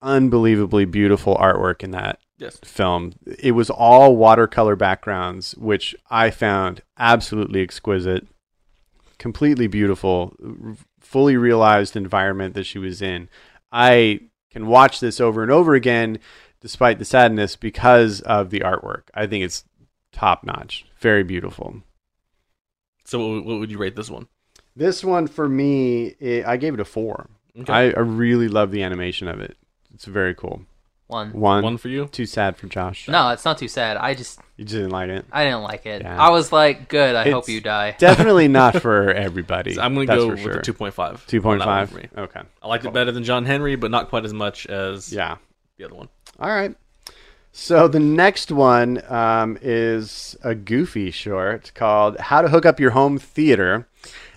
Speaker 2: unbelievably beautiful artwork in that
Speaker 3: Yes.
Speaker 2: film. It was all watercolor backgrounds, which I found absolutely exquisite, completely beautiful, r- fully realized environment that she was in. I can watch this over and over again, despite the sadness, because of the artwork. I think it's top notch, very beautiful.
Speaker 3: So what, would- what would you rate this one?
Speaker 2: This one for me, it, I gave it a four. I, I really love the animation of it. It's very cool.
Speaker 4: One.
Speaker 2: One,
Speaker 3: one for you.
Speaker 2: too sad for Josh.
Speaker 4: No, it's not too sad. I just,
Speaker 2: You just didn't like it.
Speaker 4: I didn't like it.
Speaker 2: Yeah.
Speaker 4: I was like, good, I hope
Speaker 2: It's
Speaker 4: you die.
Speaker 2: Definitely not for everybody.
Speaker 3: So I'm going to
Speaker 2: That's
Speaker 3: go
Speaker 2: for
Speaker 3: with
Speaker 2: sure.
Speaker 3: a 2.5.
Speaker 2: Two point
Speaker 3: on that one
Speaker 2: five.
Speaker 3: for me.
Speaker 2: Okay.
Speaker 3: I liked it better than John Henry, but not quite as much as
Speaker 2: Yeah.
Speaker 3: the other one.
Speaker 2: All right. So the next one um, is a goofy short called "How to Hook Up Your Home Theater."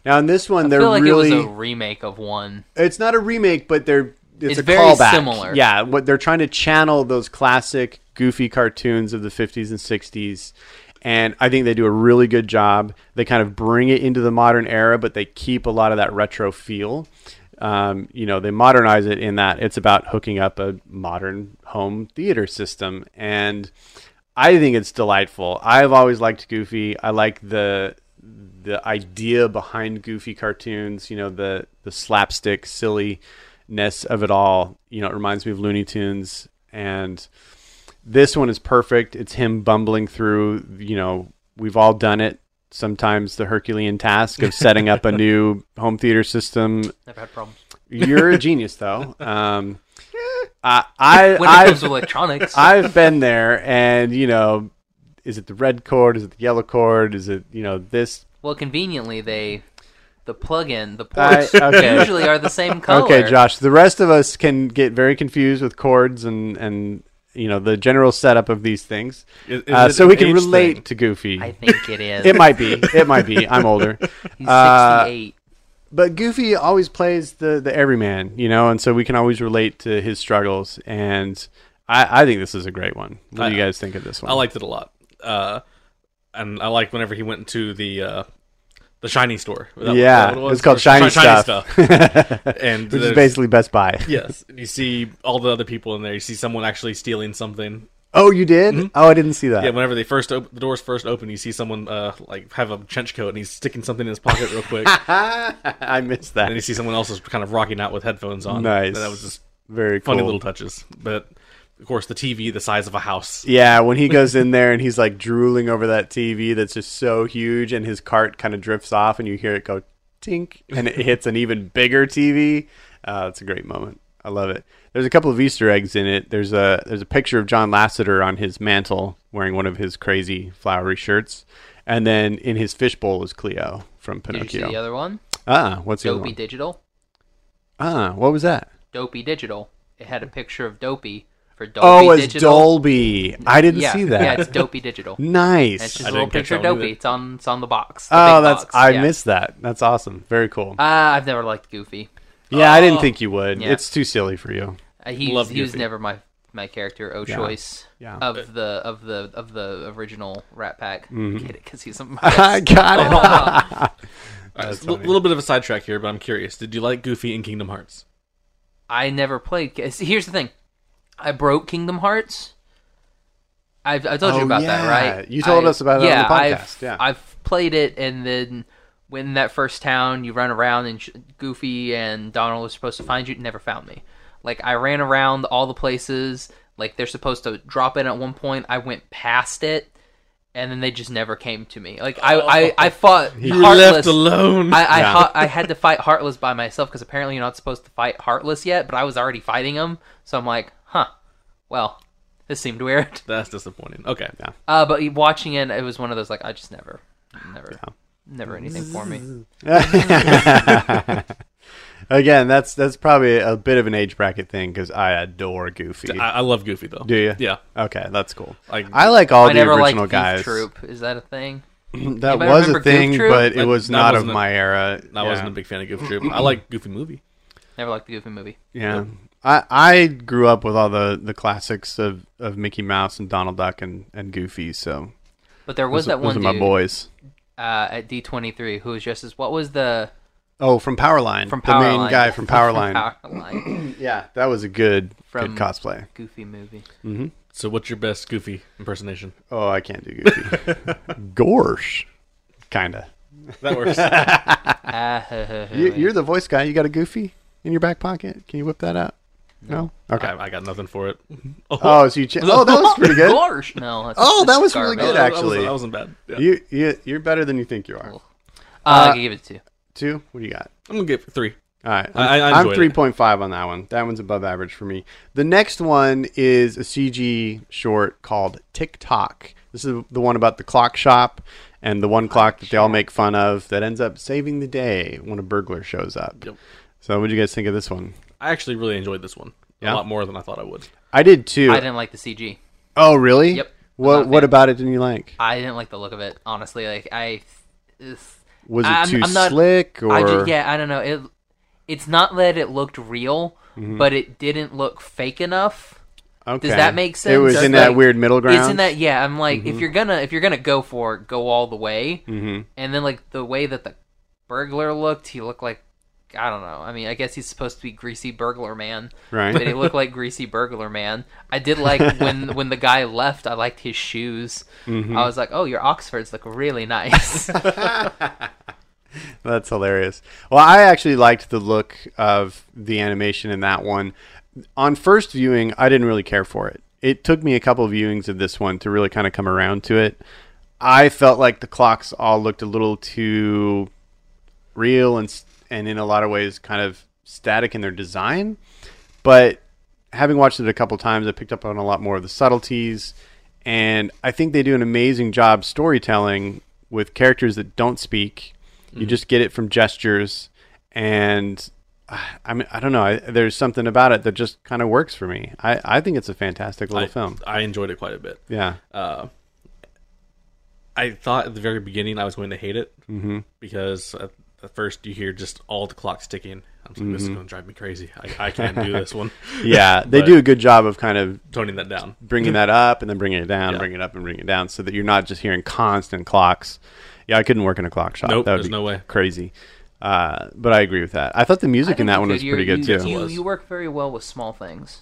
Speaker 2: Now, in this one,
Speaker 4: I
Speaker 2: they're
Speaker 4: feel like
Speaker 2: really
Speaker 4: it was a remake of one.
Speaker 2: it's not a remake, but they're it's,
Speaker 4: It's
Speaker 2: a
Speaker 4: very
Speaker 2: callback.
Speaker 4: similar.
Speaker 2: Yeah, what they're trying to channel those classic goofy cartoons of the 50s and 60s. And I think they do a really good job. They kind of bring it into the modern era, but they keep a lot of that retro feel. Um, you know, they modernize it in that it's about hooking up a modern home theater system. And I think it's delightful. I've always liked Goofy. I like the the idea behind Goofy cartoons. You know, the the slapstick silliness of it all. You know, it reminds me of Looney Tunes, and this one is perfect. It's him bumbling through. You know, we've all done it. Sometimes the Herculean task of setting up a new home theater system.
Speaker 4: Never had problems.
Speaker 2: You're a genius, though. Um, I, I,
Speaker 4: When it
Speaker 2: I,
Speaker 4: comes to electronics,
Speaker 2: I've been there, and you know, is it the red cord? Is it the yellow cord? Is it you know this?
Speaker 4: well, conveniently, they, the plug-in, the
Speaker 2: I-
Speaker 4: ports,
Speaker 2: okay.
Speaker 4: usually are the same color.
Speaker 2: Okay, Josh. The rest of us can get very confused with cords and and you know the general setup of these things,
Speaker 3: Is- is
Speaker 2: uh,
Speaker 3: it
Speaker 2: so
Speaker 3: an
Speaker 2: we can
Speaker 3: age
Speaker 2: relate
Speaker 3: thing?
Speaker 2: to Goofy.
Speaker 4: I think it is.
Speaker 2: it might be. It might be. I'm older.
Speaker 4: He's
Speaker 2: uh,
Speaker 4: 68.
Speaker 2: but Goofy always plays the the everyman, you know, and so we can always relate to his struggles. And I, I think this is a great one. What do you
Speaker 3: I-
Speaker 2: guys think of this one?
Speaker 3: I liked it a lot. Uh, and I liked whenever he went into the uh, the shiny store. Is that what-
Speaker 2: Yeah,
Speaker 3: is that what it was?
Speaker 2: it's called
Speaker 3: Sh-
Speaker 2: shiny, stuff,
Speaker 3: stuff. and
Speaker 2: which is
Speaker 3: there's-
Speaker 2: basically Best Buy.
Speaker 3: yes, and you see all the other people in there. You see someone actually stealing something.
Speaker 2: Oh, you did? Oh, I didn't see that.
Speaker 3: Yeah, whenever they first op- the doors first open, you see someone uh, like have a trench coat and he's sticking something in his pocket real quick. and
Speaker 2: I missed that.
Speaker 3: then you see someone else is kind of rocking out with headphones on.
Speaker 2: Nice.
Speaker 3: And that was just
Speaker 2: Very
Speaker 3: funny
Speaker 2: cool.
Speaker 3: little touches. But of course, the TV the size of a house.
Speaker 2: Yeah, when he goes in there and he's like drooling over that TV that's just so huge, and his cart kind of drifts off, and you hear it go tink, and it hits an even bigger TV. Uh, it's a great moment. I love it. There's a couple of Easter eggs in it. There's a there's a picture of John Lasseter on his mantle wearing one of his crazy flowery shirts, and then in his fishbowl is Cleo from
Speaker 4: Did you see the
Speaker 2: Pinocchio.
Speaker 4: other one?
Speaker 2: Ah, what's the other
Speaker 4: Dopey
Speaker 2: one?
Speaker 4: Digital.
Speaker 2: Ah, what was that?
Speaker 4: Dopey Digital. It
Speaker 3: Mm-hmm.
Speaker 4: had a picture of Dopey for Dolby
Speaker 2: Oh, it's
Speaker 4: Digital.
Speaker 2: Dolby. I didn't
Speaker 4: yeah,
Speaker 2: see that.
Speaker 4: Yeah, it's Dopey Digital.
Speaker 2: nice.
Speaker 4: That's just
Speaker 3: I
Speaker 4: a little
Speaker 3: didn't catch
Speaker 4: picture of
Speaker 3: that one
Speaker 4: Dopey.
Speaker 3: either.
Speaker 4: It's on it's on the box. the
Speaker 2: Oh,
Speaker 4: big
Speaker 2: that's
Speaker 4: box,
Speaker 2: I
Speaker 4: yeah.
Speaker 2: missed that. That's awesome. Very cool.
Speaker 4: Uh, I've never liked Goofy.
Speaker 2: yeah, I didn't think you would.
Speaker 4: yeah.
Speaker 2: It's too silly for you.
Speaker 4: Uh, he
Speaker 3: Love
Speaker 4: was, he was
Speaker 3: Goofy.
Speaker 4: never my my character o choice
Speaker 2: Yeah.
Speaker 4: of the of the
Speaker 2: Mm-hmm.
Speaker 4: of the original Rat Pack. Get it because he's a mouse.
Speaker 2: I got it.
Speaker 4: Ah.
Speaker 3: Uh, A
Speaker 2: That's funny.
Speaker 3: little bit of a sidetrack here, but I'm curious. Did you like Goofy in Kingdom Hearts?
Speaker 4: I never played. K- See, here's the thing. I broke Kingdom Hearts. I've, I told
Speaker 2: Oh,
Speaker 4: you about that,
Speaker 2: yeah.
Speaker 4: right?
Speaker 2: You told
Speaker 4: I-
Speaker 2: us about it on
Speaker 4: yeah,
Speaker 2: the podcast,
Speaker 4: I've,
Speaker 2: yeah.
Speaker 4: I've played it, and then when that first town, you run around, and sh- Goofy and Donald are supposed to find you. Never found me. Like I ran around all the places. Like they're supposed to drop in at one point. I went past it, and then they just never came to me. Like I, I, I fought.
Speaker 3: You were
Speaker 4: heartless.
Speaker 3: left alone.
Speaker 4: I I,
Speaker 2: Yeah.
Speaker 4: ha- I had to fight Heartless by myself because apparently you're not supposed to fight Heartless yet, but I was already fighting him, so I'm like, huh, well, this seemed weird.
Speaker 3: That's disappointing. Okay.
Speaker 2: Yeah.
Speaker 4: Uh, but watching it, it was one of those like I just never, never, never anything for me.
Speaker 2: Again, that's that's probably a bit of an age bracket thing because I adore Goofy.
Speaker 3: I, I love Goofy though.
Speaker 2: Do you?
Speaker 3: Yeah.
Speaker 2: okay, that's cool.
Speaker 3: Like-
Speaker 2: I like all
Speaker 4: I
Speaker 2: the
Speaker 4: never
Speaker 2: original
Speaker 4: liked
Speaker 2: guys.
Speaker 4: Thief Troop. Is that a thing?
Speaker 2: That
Speaker 4: Anybody
Speaker 2: was
Speaker 4: remember
Speaker 2: a
Speaker 4: Goof
Speaker 2: thing,
Speaker 4: Troop?
Speaker 2: but it
Speaker 3: That-
Speaker 2: was
Speaker 3: that
Speaker 2: not of
Speaker 3: wasn't a-
Speaker 2: my era.
Speaker 3: I
Speaker 2: Yeah.
Speaker 3: wasn't a big fan of Goof Troop. I like Goofy movie.
Speaker 4: Never liked the Goofy movie.
Speaker 2: Yeah. I, I grew up with all the, the classics of, of Mickey Mouse and Donald Duck and, and Goofy, so
Speaker 4: But there was
Speaker 2: those,
Speaker 4: that one
Speaker 2: those are my
Speaker 4: dude
Speaker 2: boys.
Speaker 4: uh, at D23 who was just as what was the
Speaker 2: Oh, from Powerline.
Speaker 4: from
Speaker 2: the
Speaker 4: Powerline
Speaker 2: main guy from Powerline.
Speaker 4: Powerline
Speaker 2: yeah, that was a good,
Speaker 4: From-
Speaker 2: good cosplay.
Speaker 4: Goofy movie.
Speaker 3: So what's your best Goofy impersonation?
Speaker 2: Oh, I can't do Goofy. Gorsh. Kinda.
Speaker 3: That works.
Speaker 4: Ah,
Speaker 2: You, you're the voice guy. You got a Goofy in your back pocket? Can you whip that out? No. Okay.
Speaker 3: I, I got nothing for it.
Speaker 2: Oh, so you cha- oh, that was pretty good.
Speaker 4: Gorsh. No. that's-
Speaker 2: Oh,
Speaker 4: that's
Speaker 2: that was really
Speaker 4: garbage.
Speaker 2: good,
Speaker 3: That
Speaker 2: actually.
Speaker 3: wasn't- that wasn't bad. Yeah.
Speaker 2: You, you you're better than you think you are.
Speaker 4: Uh, I could give it two.
Speaker 2: Two. What do you got?
Speaker 3: I'm gonna give it three.
Speaker 2: All right, I'm,
Speaker 3: I- I
Speaker 2: I'm
Speaker 3: enjoyed it.
Speaker 2: 3.5 on that one. That one's above average for me. The next one is a CG short called TikTok. This is the one about the clock shop and the one clock that they all make fun of that ends up saving the day when a burglar shows up.
Speaker 3: Yep.
Speaker 2: So, what do you guys think of this one?
Speaker 3: I actually really enjoyed this one
Speaker 2: Yeah?
Speaker 3: a lot more than I thought I would.
Speaker 2: I did too.
Speaker 4: I didn't like the CG.
Speaker 2: oh, really?
Speaker 4: Yep. I'm not
Speaker 2: What
Speaker 4: a
Speaker 2: What
Speaker 4: fan.
Speaker 2: about it didn't you like?
Speaker 4: I didn't like the look of it, honestly. Like I, it's-
Speaker 2: Was it
Speaker 4: I'm-
Speaker 2: too
Speaker 4: I'm not-
Speaker 2: slick or?
Speaker 4: I ju- yeah, I don't know. It, it's not that it looked real,
Speaker 2: Mm-hmm.
Speaker 4: but it didn't look fake enough.
Speaker 2: Okay.
Speaker 4: Does that make sense?
Speaker 2: It was in that
Speaker 4: Like,
Speaker 2: weird middle ground.
Speaker 4: Isn't that yeah? I'm like, if you're gonna if you're gonna go for it, go all the way.
Speaker 2: Mm-hmm.
Speaker 4: And then like the way that the burglar looked, he looked like I don't know. I mean, I guess he's supposed to be greasy burglar man.
Speaker 2: Right.
Speaker 4: but it looked like greasy burglar man. I did like when when the guy left. I liked his shoes.
Speaker 2: Mm-hmm.
Speaker 4: I was like, oh, your Oxfords look really nice.
Speaker 2: That's hilarious. Well, I actually liked the look of the animation in that one. On first viewing, I didn't really care for it. It took me a couple of viewings of this one to really kind of come around to it. I felt like the clocks all looked a little too real and s- and in a lot of ways kind of static in their design. But having watched it a couple times, I picked up on a lot more of the subtleties, and I think they do an amazing job storytelling with characters that don't speak.
Speaker 3: Mm-hmm.
Speaker 2: You just get it from gestures, and ah, I mean, I don't know. I, there's something about it that just kind of works for me. I, I think it's a fantastic little
Speaker 3: I,
Speaker 2: film.
Speaker 3: I enjoyed it quite a bit.
Speaker 2: Yeah,
Speaker 3: uh, I thought at the very beginning I was going to hate it mm-hmm. because at, at first you hear just all the clocks ticking. I'm like, this is going to drive me crazy. I, I can't do this one.
Speaker 2: Mm-hmm. yeah. They
Speaker 3: But
Speaker 2: do a good job of kind of
Speaker 3: toning that down.
Speaker 2: bringing that up and then bringing it down,
Speaker 3: Yeah.
Speaker 2: bringing it up and bringing it down, so that you're not just hearing constant clocks. Yeah, I couldn't work in a clock shop.
Speaker 3: Nope,
Speaker 2: that would
Speaker 3: there's
Speaker 2: be
Speaker 3: no way.
Speaker 2: Crazy, uh, but I agree with that. I thought the music in that one was pretty good
Speaker 4: you,
Speaker 2: too.
Speaker 4: You, you work very well with small things.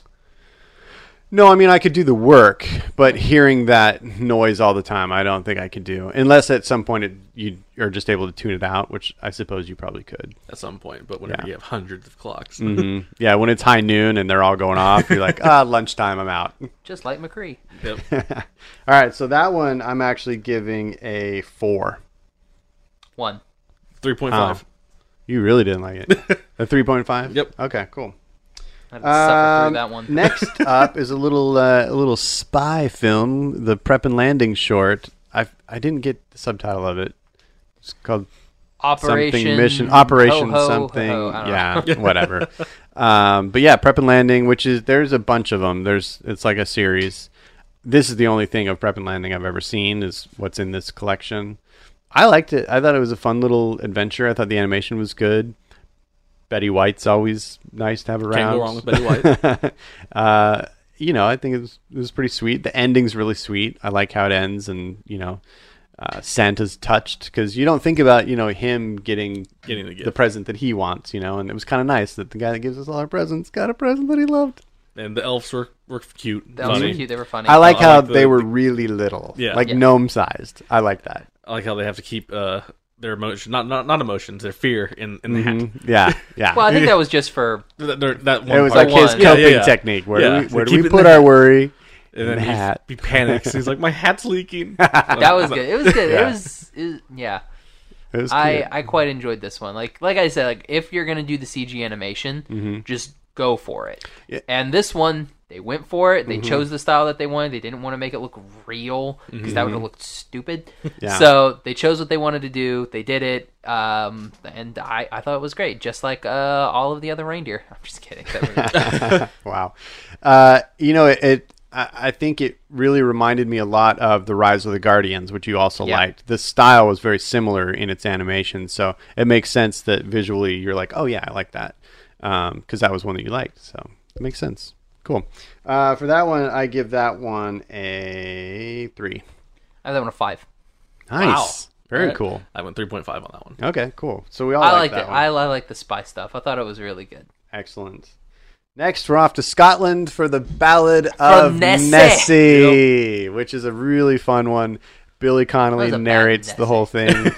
Speaker 2: No, I mean I could do the work, but hearing that noise all the time, I don't think I could do. Unless at some point it, you are just able to tune it out, which I suppose you probably could.
Speaker 3: At some point, but whenever
Speaker 2: Yeah.
Speaker 3: you have hundreds of clocks,
Speaker 2: Mm-hmm. Yeah, when it's high noon and they're all going off, you're like, ah, lunchtime, I'm out.
Speaker 4: Just like McCree.
Speaker 3: Yep.
Speaker 2: All right, so that one I'm actually giving a four.
Speaker 4: One.
Speaker 3: three point five.
Speaker 2: You really didn't like it. A 3.5?
Speaker 3: Yep.
Speaker 2: Okay, cool.
Speaker 4: I had to suffer
Speaker 2: Um,
Speaker 4: through that one.
Speaker 2: next up is a little uh, a little spy film, the Prep and Landing short. I I didn't get the subtitle of it. It's called
Speaker 4: Operation
Speaker 2: something mission operation
Speaker 4: Ho, Ho,
Speaker 2: something.
Speaker 4: Ho, I don't know.
Speaker 2: yeah, whatever. Um, but yeah, Prep and Landing, which is there's a bunch of them. There's it's like a series. This is the only thing of Prep and Landing I've ever seen is what's in this collection. I liked it. I thought it was a fun little adventure. I thought the animation was good. Betty White's always nice to have around.
Speaker 3: Can't go wrong with Betty White.
Speaker 2: uh, you know, I think it was, it was pretty sweet. The ending's really sweet. I like how it ends, and you know, uh, Santa's touched because you don't think about you know him getting
Speaker 3: Getting the gift.
Speaker 2: the present that he wants, you know, and it was kind of nice that the guy that gives us all our presents got a present that he loved.
Speaker 3: and the elves were were cute.
Speaker 4: That was
Speaker 3: funny.
Speaker 4: cute. They were funny.
Speaker 2: I like
Speaker 3: I
Speaker 2: how
Speaker 3: like the-
Speaker 2: they were really little,
Speaker 3: Yeah.
Speaker 2: like
Speaker 4: Yeah.
Speaker 2: gnome sized. I like that.
Speaker 3: I like how they have to keep uh, their emotion, not not not emotions, their fear in in the hat.
Speaker 2: Mhm. Yeah, yeah.
Speaker 4: Well, I think that was just for
Speaker 3: That, they're- that one
Speaker 2: it was
Speaker 3: part.
Speaker 2: like his
Speaker 4: one.
Speaker 2: coping
Speaker 3: Yeah, yeah, yeah.
Speaker 2: technique. Where
Speaker 3: Yeah.
Speaker 2: do we, where
Speaker 3: Keep
Speaker 2: do
Speaker 3: it
Speaker 2: we
Speaker 3: in
Speaker 2: put
Speaker 3: the
Speaker 2: our
Speaker 3: hat.
Speaker 2: worry?
Speaker 3: and then
Speaker 2: in the
Speaker 3: he,
Speaker 2: hat.
Speaker 3: he panics. He's like, my hat's leaking.
Speaker 4: that was good. It was good.
Speaker 2: Yeah.
Speaker 4: It was it, yeah.
Speaker 2: It was
Speaker 4: I
Speaker 2: cute.
Speaker 4: I quite enjoyed this one. Like like I said, like if you're gonna do the CG animation, just go for it.
Speaker 2: Mm-hmm. Yeah. Mm-hmm.
Speaker 4: And this one, they went for it. They chose the style that they wanted. They didn't want to make it look real because that would have looked stupid.
Speaker 2: Mm-hmm. Yeah.
Speaker 4: So they chose what they wanted to do. They did it, um, and I I thought it was great. Just like uh, all of the other reindeer. I'm just kidding. That was-
Speaker 2: wow. Uh, you know, it, it I I think it really reminded me a lot of The Rise of the Guardians, which you also
Speaker 4: Yeah.
Speaker 2: liked. The style was very similar in its animation, so it makes sense that visually you're like, oh yeah, I like that, because that was one that you liked. So it makes sense. Cool. Uh, for that one, I give that one a three.
Speaker 4: I have that one a five.
Speaker 2: Nice. Very
Speaker 4: Alright.
Speaker 2: cool.
Speaker 3: I went three point five on that one.
Speaker 2: Okay, cool. So we all
Speaker 4: I,
Speaker 2: like
Speaker 4: liked
Speaker 2: that
Speaker 4: it.
Speaker 2: one.
Speaker 4: I, I liked the spy stuff. I thought it was really good.
Speaker 2: Excellent. Next, we're off to Scotland for the Ballad of
Speaker 4: Nessie.
Speaker 2: Nessie, which is a really fun one. Billy
Speaker 4: That was a
Speaker 2: Connolly
Speaker 4: bad
Speaker 2: narrates the
Speaker 4: Nessie.
Speaker 2: whole thing.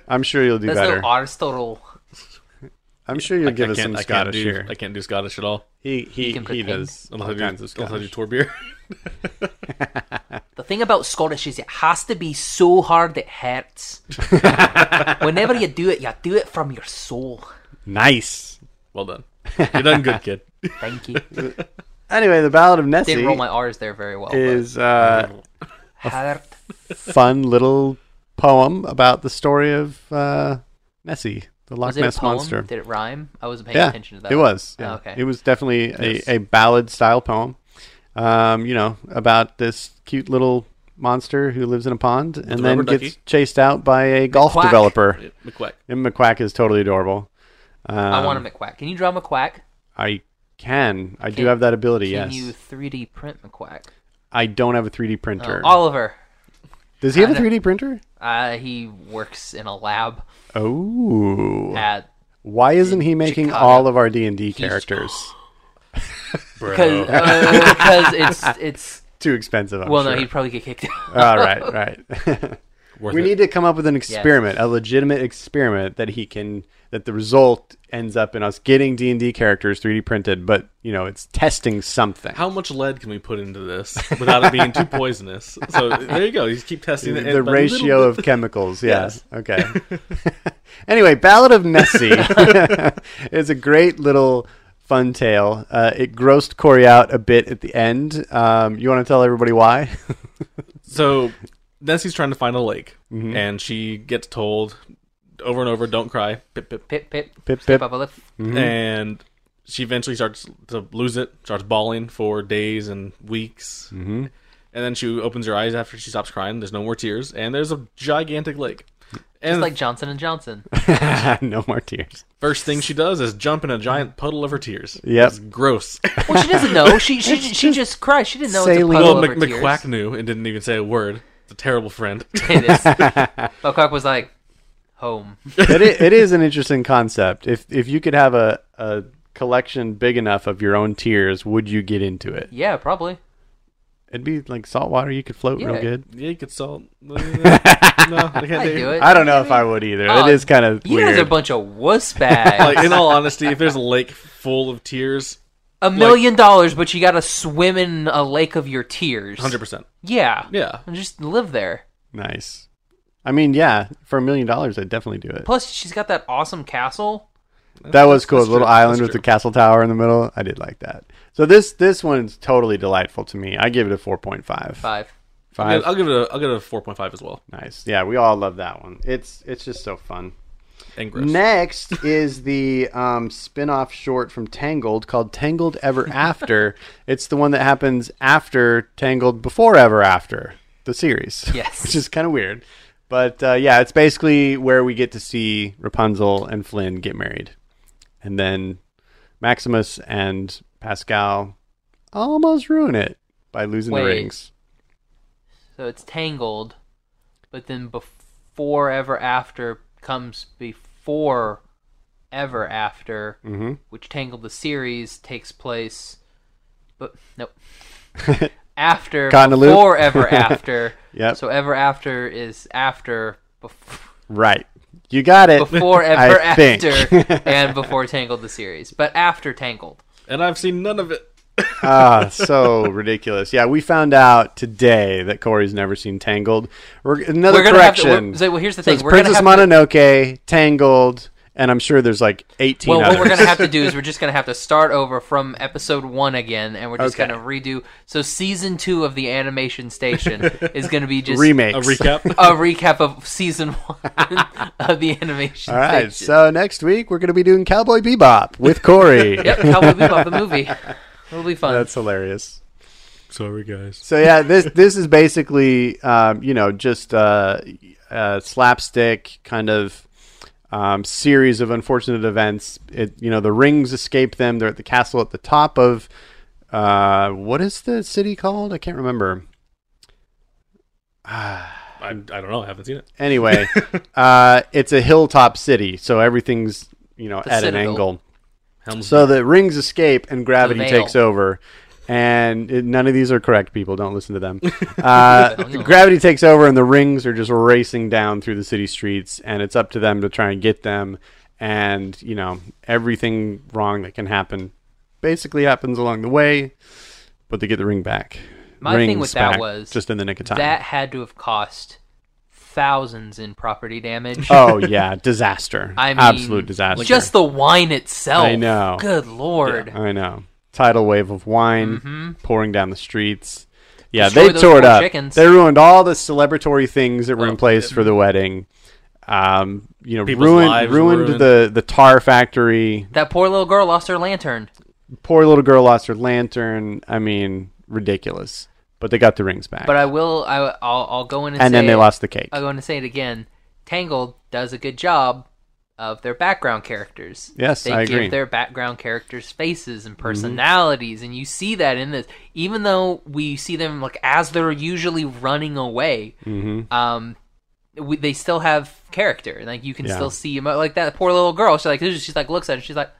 Speaker 2: I'm sure you'll do
Speaker 4: That's
Speaker 2: better.
Speaker 4: no Aristotle.
Speaker 2: I'm sure you'll give us
Speaker 3: can't-
Speaker 2: some
Speaker 3: can't
Speaker 2: Scottish
Speaker 3: do-
Speaker 2: here.
Speaker 3: I can't do Scottish at all.
Speaker 2: he he,
Speaker 4: can
Speaker 2: he
Speaker 4: pretend.
Speaker 2: does all
Speaker 3: Unless I do,
Speaker 2: kinds of
Speaker 3: unless I do
Speaker 2: Scottish.
Speaker 3: tour beer.
Speaker 4: The thing about Scottish is it has to be so hard it hurts. Whenever you do it, you do it from your soul.
Speaker 2: Nice.
Speaker 3: well done. You're done good, kid.
Speaker 4: Thank you.
Speaker 2: Anyway, the Ballad of Nessie
Speaker 4: Didn't roll my R's there very well. but
Speaker 2: is uh,
Speaker 4: hurt.
Speaker 2: fun little poem about the story of uh, Nessie, the Loch
Speaker 4: Was it a
Speaker 2: Ness
Speaker 4: poem?
Speaker 2: monster.
Speaker 4: Did it rhyme? I wasn't paying
Speaker 2: yeah,
Speaker 4: attention to that.
Speaker 2: It
Speaker 4: one.
Speaker 2: was. Yeah.
Speaker 4: Oh, okay.
Speaker 2: It was definitely a,
Speaker 3: Yes.
Speaker 2: a ballad style poem. Um, you know, about this cute little monster who lives in a pond and then
Speaker 3: rubber
Speaker 2: gets
Speaker 3: ducky.
Speaker 2: chased out by a golf
Speaker 4: McQuack.
Speaker 2: developer.
Speaker 3: McQuack.
Speaker 2: And McQuack is totally adorable. Um,
Speaker 4: I want a McQuack. Can you draw McQuack?
Speaker 2: I can. I
Speaker 4: Can-
Speaker 2: do have that ability,
Speaker 4: Can
Speaker 2: yes.
Speaker 4: you 3D print McQuack?
Speaker 2: I don't have a 3D
Speaker 4: Oh,
Speaker 2: printer.
Speaker 4: Oliver.
Speaker 2: Does he have a
Speaker 4: I don't-
Speaker 2: 3D printer?
Speaker 4: Uh, he works in a lab
Speaker 2: Oh.
Speaker 4: at
Speaker 2: Why isn't he making
Speaker 4: Chicago.
Speaker 2: all of our D&D characters?
Speaker 4: because uh, 'cause it's it's
Speaker 2: Too expensive, I'm
Speaker 4: well
Speaker 2: sure. Uh,
Speaker 4: no he'd probably get kicked out.
Speaker 2: All right, right.
Speaker 3: Worth
Speaker 2: we
Speaker 3: it.
Speaker 2: need to come up with an experiment, a legitimate experiment that he can that the result ends up in us getting D and D characters 3D printed, but you know it's testing something.
Speaker 3: How much lead can we put into this without it being too poisonous? So there you go. You just keep testing
Speaker 2: the,
Speaker 3: it.
Speaker 2: the
Speaker 3: by little
Speaker 2: ratio
Speaker 3: bit.
Speaker 2: of chemicals, yes. Okay. anyway, Ballad of Nessie is a great little fun tale. Uh, it grossed Corey out a bit at the end. Um, you want to tell everybody why?
Speaker 3: So Nessie's trying to find a lake, and she gets told over and over, "Don't cry." Pip pip.
Speaker 4: Pip pip
Speaker 2: Pip,
Speaker 4: Step
Speaker 2: pip.
Speaker 4: up a lift.
Speaker 3: and she eventually starts to lose it, starts bawling for days and weeks. Mm-hmm. And then she opens her eyes after she stops crying. There's no more tears, and there's a gigantic lake. And
Speaker 4: It's like Johnson and Johnson.
Speaker 2: no more tears.
Speaker 3: first thing she does is jump in a giant puddle of her tears.
Speaker 2: Yep.
Speaker 3: It's gross.
Speaker 4: Well, she doesn't know. She she she just cries. She didn't know it's a
Speaker 2: saline.
Speaker 4: puddle
Speaker 3: well,
Speaker 4: of
Speaker 3: Mc-
Speaker 4: her tears.
Speaker 3: McQuack knew and didn't even say a word. It's a terrible friend.
Speaker 4: It is. McQuack was like, home.
Speaker 2: it, i- it is an interesting concept. If if you could have a, a collection big enough of your own tears, would you get into it?
Speaker 4: Yeah, probably.
Speaker 2: It'd be like salt water. You could float
Speaker 4: Yeah.
Speaker 2: real good.
Speaker 3: yeah, you could salt. no, I can't
Speaker 4: I'd do it.
Speaker 2: I don't know if I would either.
Speaker 4: Oh,
Speaker 2: it is kind of
Speaker 4: You
Speaker 2: weird.
Speaker 4: guys are a bunch of wuss bags.
Speaker 3: Like in all honesty, if there's a lake full of tears,
Speaker 4: a million dollars, but you gotta swim in a lake of your tears.
Speaker 3: hundred percent.
Speaker 4: Yeah.
Speaker 3: Yeah.
Speaker 4: And just live there.
Speaker 2: nice. I mean, yeah, for a million dollars, I'd definitely do it.
Speaker 4: Plus, she's got that awesome castle.
Speaker 2: That was cool.
Speaker 3: that's
Speaker 2: A little
Speaker 3: true,
Speaker 2: island
Speaker 3: that's
Speaker 2: with the
Speaker 3: true.
Speaker 2: castle tower in the middle. I did like that. So this this one's totally delightful to me. I give it a four point five.
Speaker 4: Five.
Speaker 3: I'll
Speaker 2: Five.
Speaker 3: give- I'll give it a I'll give it a four point five as well.
Speaker 2: Nice. Yeah, we all love that one. It's it's just so fun.
Speaker 3: And gross.
Speaker 2: Next is the um, spin off short from Tangled called Tangled Ever After. it's the one that happens after Tangled Before Ever After, the series.
Speaker 4: Yes.
Speaker 2: Which is kind of weird. But uh, yeah, it's basically where we get to see Rapunzel and Flynn get married. And then Maximus and Pascal almost ruin it by losing
Speaker 4: Wait.
Speaker 2: the rings.
Speaker 4: So it's tangled, but then before ever after comes before ever after,
Speaker 2: Mm-hmm.
Speaker 4: which Tangled the series takes place. But nope. after
Speaker 2: Caught in a loop.
Speaker 4: before ever after.
Speaker 2: Yep.
Speaker 4: So ever after is after before
Speaker 2: Right. You got it.
Speaker 4: before
Speaker 2: I
Speaker 4: ever
Speaker 2: think.
Speaker 4: after and before Tangled the series, but after Tangled.
Speaker 3: and I've seen none of it.
Speaker 2: ah, so ridiculous. Yeah, we found out today that Corey's never seen Tangled. We're, another
Speaker 4: We're gonna have to-
Speaker 2: correction.
Speaker 4: we're- so, well, here's the
Speaker 2: So
Speaker 4: thing.
Speaker 2: it's
Speaker 4: We're gonna
Speaker 2: Princess
Speaker 4: have to-
Speaker 2: Mononoke, Tangled, and I'm sure there's like 18
Speaker 4: Well,
Speaker 2: others.
Speaker 4: what we're gonna have to do is we're just gonna have to start over from episode one again, and we're just
Speaker 2: Okay.
Speaker 4: gonna redo. So season two of the Animation Station is gonna be just
Speaker 2: Remakes.
Speaker 3: A recap.
Speaker 4: a recap of season one of the Animation
Speaker 2: All right,
Speaker 4: Station.
Speaker 2: so next week we're going to be doing Cowboy Bebop with Corey.
Speaker 4: yep, Cowboy Bebop the movie. It'll be fun.
Speaker 2: That's hilarious.
Speaker 3: Sorry, guys.
Speaker 2: So yeah, this this is basically um, you know just uh, uh, slapstick kind of um, series of unfortunate events. It you know the rings escape them. They're at the castle at the top of uh, what is the city called? I can't remember.
Speaker 3: I, I don't know. I haven't seen it.
Speaker 2: Anyway, uh, it's a hilltop city, so everything's you know
Speaker 4: The
Speaker 2: at an
Speaker 4: Citadel. Mm-hmm.
Speaker 2: angle.
Speaker 3: Helm's
Speaker 2: So the rings escape and gravity
Speaker 4: The veil.
Speaker 2: takes over. And it, none of these are correct, people. Don't listen to them. Uh,
Speaker 4: Don't.
Speaker 2: gravity takes over, and the rings are just racing down through the city streets, and it's up to them to try and get them. And, you know, everything wrong that can happen basically happens along the way, but they get the ring back.
Speaker 4: My thing
Speaker 2: Rings
Speaker 4: with that
Speaker 2: back
Speaker 4: was
Speaker 2: Just in the nick of time.
Speaker 4: That had to have cost thousands in property damage.
Speaker 2: oh, yeah. Disaster.
Speaker 4: I mean,
Speaker 2: Absolute disaster.
Speaker 4: Just the wine itself.
Speaker 2: I know.
Speaker 4: Good lord.
Speaker 2: I know. Tidal wave of wine pouring down the streets. Yeah,
Speaker 4: Mm-hmm. Destroy
Speaker 2: they
Speaker 4: those
Speaker 2: tore it
Speaker 4: poor
Speaker 2: up.
Speaker 4: chickens.
Speaker 2: They ruined all the celebratory things that were in place for the wedding. Um, you know,
Speaker 3: People's
Speaker 2: ruined
Speaker 3: lives
Speaker 2: ruined,
Speaker 3: ruined.
Speaker 2: the the tar factory.
Speaker 4: That poor little girl lost her lantern.
Speaker 2: Poor little girl lost her lantern. I mean, ridiculous. But they got the rings back.
Speaker 4: But I will. I, I'll, I'll go in and,
Speaker 2: and
Speaker 4: say
Speaker 2: then they
Speaker 4: it.
Speaker 2: lost the cake.
Speaker 4: I'm going to say it again. Tangled does a good job of their background characters.
Speaker 2: Yes,
Speaker 4: they
Speaker 2: I
Speaker 4: give
Speaker 2: agree. Mm-hmm.
Speaker 4: their background characters faces and personalities, and you see that in this. Even though we see them like as they're usually running away,
Speaker 2: Mm-hmm.
Speaker 4: um, we, they still have character. Like you can
Speaker 2: Yeah.
Speaker 4: still see emo- like that poor little girl. She like she's like looks at it. She's like,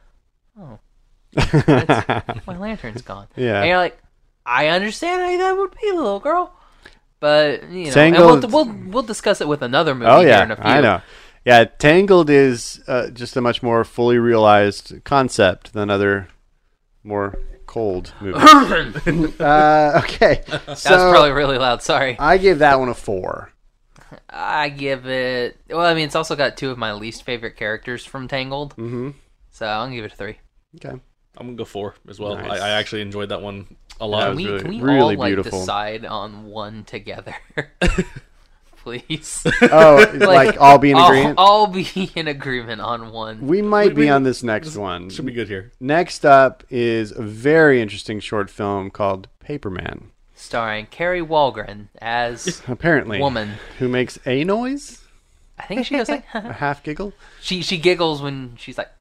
Speaker 4: oh, that's- my lantern's gone.
Speaker 2: Yeah.
Speaker 4: and you're like, I understand how that would be, little girl. But you know, and
Speaker 2: Tangled-
Speaker 4: we'll, we'll we'll discuss it with another movie.
Speaker 2: Oh
Speaker 4: here
Speaker 2: yeah,
Speaker 4: in a few.
Speaker 2: I know. Yeah, Tangled is uh, just a much more fully realized concept than other more cold movies. uh, okay, so
Speaker 4: That was probably really loud. Sorry.
Speaker 2: I give that one a four.
Speaker 4: I give it. Well, I mean, it's also got two of my least favorite characters from Tangled. Mm-hmm. So I'm gonna give it a three.
Speaker 2: Okay,
Speaker 3: I'm gonna go four as well.
Speaker 2: Nice.
Speaker 3: I, I actually enjoyed that one a
Speaker 2: That
Speaker 3: lot.
Speaker 4: Can
Speaker 2: was
Speaker 4: we
Speaker 2: really-
Speaker 4: can we
Speaker 2: really
Speaker 4: all like
Speaker 2: beautiful.
Speaker 4: decide on one together, please?
Speaker 2: oh, like, all be in
Speaker 4: all-
Speaker 2: agreement.
Speaker 4: All be in agreement on one.
Speaker 2: we might
Speaker 3: we-
Speaker 2: be on this next one.
Speaker 3: Should be good here.
Speaker 2: Next up is a very interesting short film called Paperman.
Speaker 4: starring Carrie Walgren as
Speaker 2: Apparently,
Speaker 4: Woman.
Speaker 2: who makes a noise,
Speaker 4: I think she goes like
Speaker 2: a half giggle.
Speaker 4: she she giggles when she's like.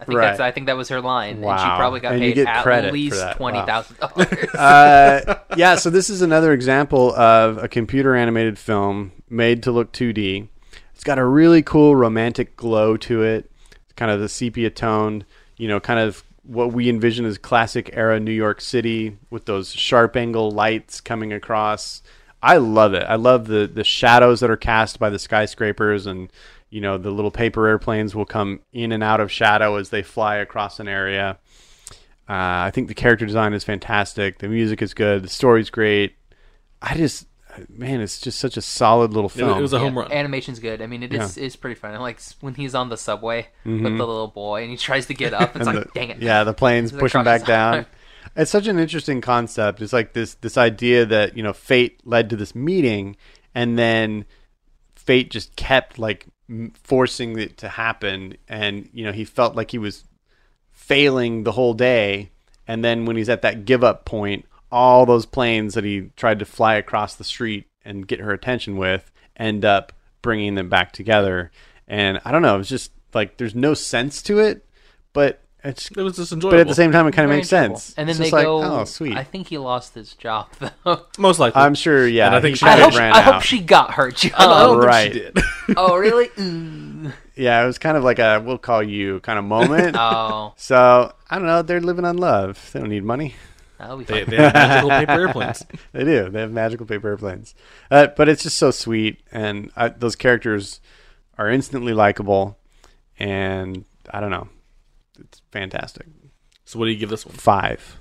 Speaker 4: I think
Speaker 2: Right.
Speaker 4: that's I think that was her line, and she
Speaker 2: Wow.
Speaker 4: probably got
Speaker 2: And you
Speaker 4: paid
Speaker 2: get credit
Speaker 4: at
Speaker 2: for
Speaker 4: least
Speaker 2: that. Wow.
Speaker 4: twenty thousand dollars.
Speaker 2: uh, yeah, so this is another example of a computer animated film made to look 2D. It's got a really cool romantic glow to it, kind of the sepia toned, you know, kind of what we envision as classic era New York City with those sharp angle lights coming across. I love it. I love the the shadows that are cast by the skyscrapers and you know the little paper airplanes will come in and out of shadow as they fly across an area. Uh, I think the character design is fantastic. The music is good. The story's great. I just, man, it's just such a solid little
Speaker 3: It,
Speaker 2: film.
Speaker 3: it was a
Speaker 4: Yeah,
Speaker 3: home run.
Speaker 4: Animation's good. I mean, it is it's pretty fun. And, Like s- when he's on the subway with the little boy and he tries to get up, it's
Speaker 2: Mm-hmm. And
Speaker 4: like,
Speaker 2: the-
Speaker 4: dang it.
Speaker 2: Yeah, the planes
Speaker 4: It's like
Speaker 2: push him
Speaker 4: crushes
Speaker 2: back down.
Speaker 4: on.
Speaker 2: It's such an interesting concept. It's like this this idea that you know fate led to this meeting, and then fate just kept like m- forcing it to happen, and you know he felt like he was failing the whole day, and then when he's at that give up point, all those planes that he tried to fly across the street and get her attention with end up bringing them back together. And I don't know, it's just like there's no sense to it but It's
Speaker 3: It was just enjoyable.
Speaker 2: but at the same time, it kind of
Speaker 4: Very
Speaker 2: makes
Speaker 4: enjoyable.
Speaker 2: sense.
Speaker 4: And then
Speaker 2: It's
Speaker 4: they
Speaker 2: just like,
Speaker 4: go.
Speaker 2: oh, sweet.
Speaker 4: I think he lost his job though.
Speaker 3: most likely,
Speaker 2: I'm sure. Yeah,
Speaker 3: And I think
Speaker 2: he
Speaker 3: she
Speaker 4: I
Speaker 2: kinda
Speaker 4: hope,
Speaker 2: ran
Speaker 4: I hope
Speaker 2: out. Oh,
Speaker 4: she got her
Speaker 3: I
Speaker 4: job.
Speaker 3: don't
Speaker 2: Right.
Speaker 3: think she did.
Speaker 4: oh, really? Mm.
Speaker 2: Yeah, it was kind of like a "we'll call you" kind of moment.
Speaker 4: Oh,
Speaker 2: so I don't know. They're living on love. They don't need money.
Speaker 4: that'll be
Speaker 3: they,
Speaker 4: fun.
Speaker 3: they have magical paper airplanes.
Speaker 2: They do. They have magical paper airplanes. Uh, but it's just so sweet, and I, those characters are instantly likable. And I don't know. It's fantastic.
Speaker 3: So what do you give this one?
Speaker 2: Five.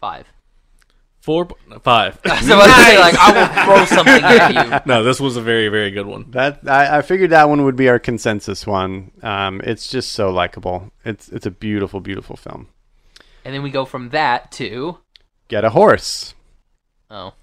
Speaker 4: Five.
Speaker 3: Four, po- five.
Speaker 4: So I was gonna say, like, I will throw something at you.
Speaker 3: no, this was a very, very good one.
Speaker 2: That I, I figured that one would be our consensus one. Um, it's just so likable. It's it's a beautiful, beautiful film.
Speaker 4: And then we go from that to.
Speaker 2: Get a horse.
Speaker 4: Oh,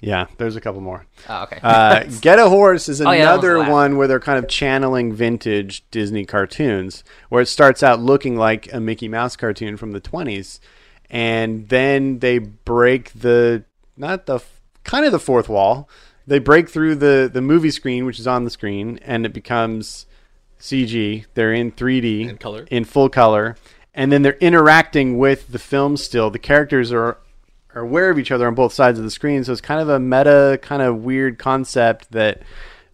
Speaker 2: Yeah, there's a couple more.
Speaker 4: oh okay.
Speaker 2: Uh, Get a Horse is
Speaker 4: Oh, yeah, that one's
Speaker 2: another
Speaker 4: the last.
Speaker 2: one where they're kind of channeling vintage Disney cartoons, where it starts out looking like a Mickey Mouse cartoon from the 20s. And then they break the, not the, f- kind of the fourth wall. They break through the, the movie screen, which is on the screen, and it becomes CG. They're in 3D.
Speaker 3: In color.
Speaker 2: In full color. And then they're interacting with the film still. The characters are are aware of each other on both sides of the screen. So it's kind of a meta, kind of weird concept that,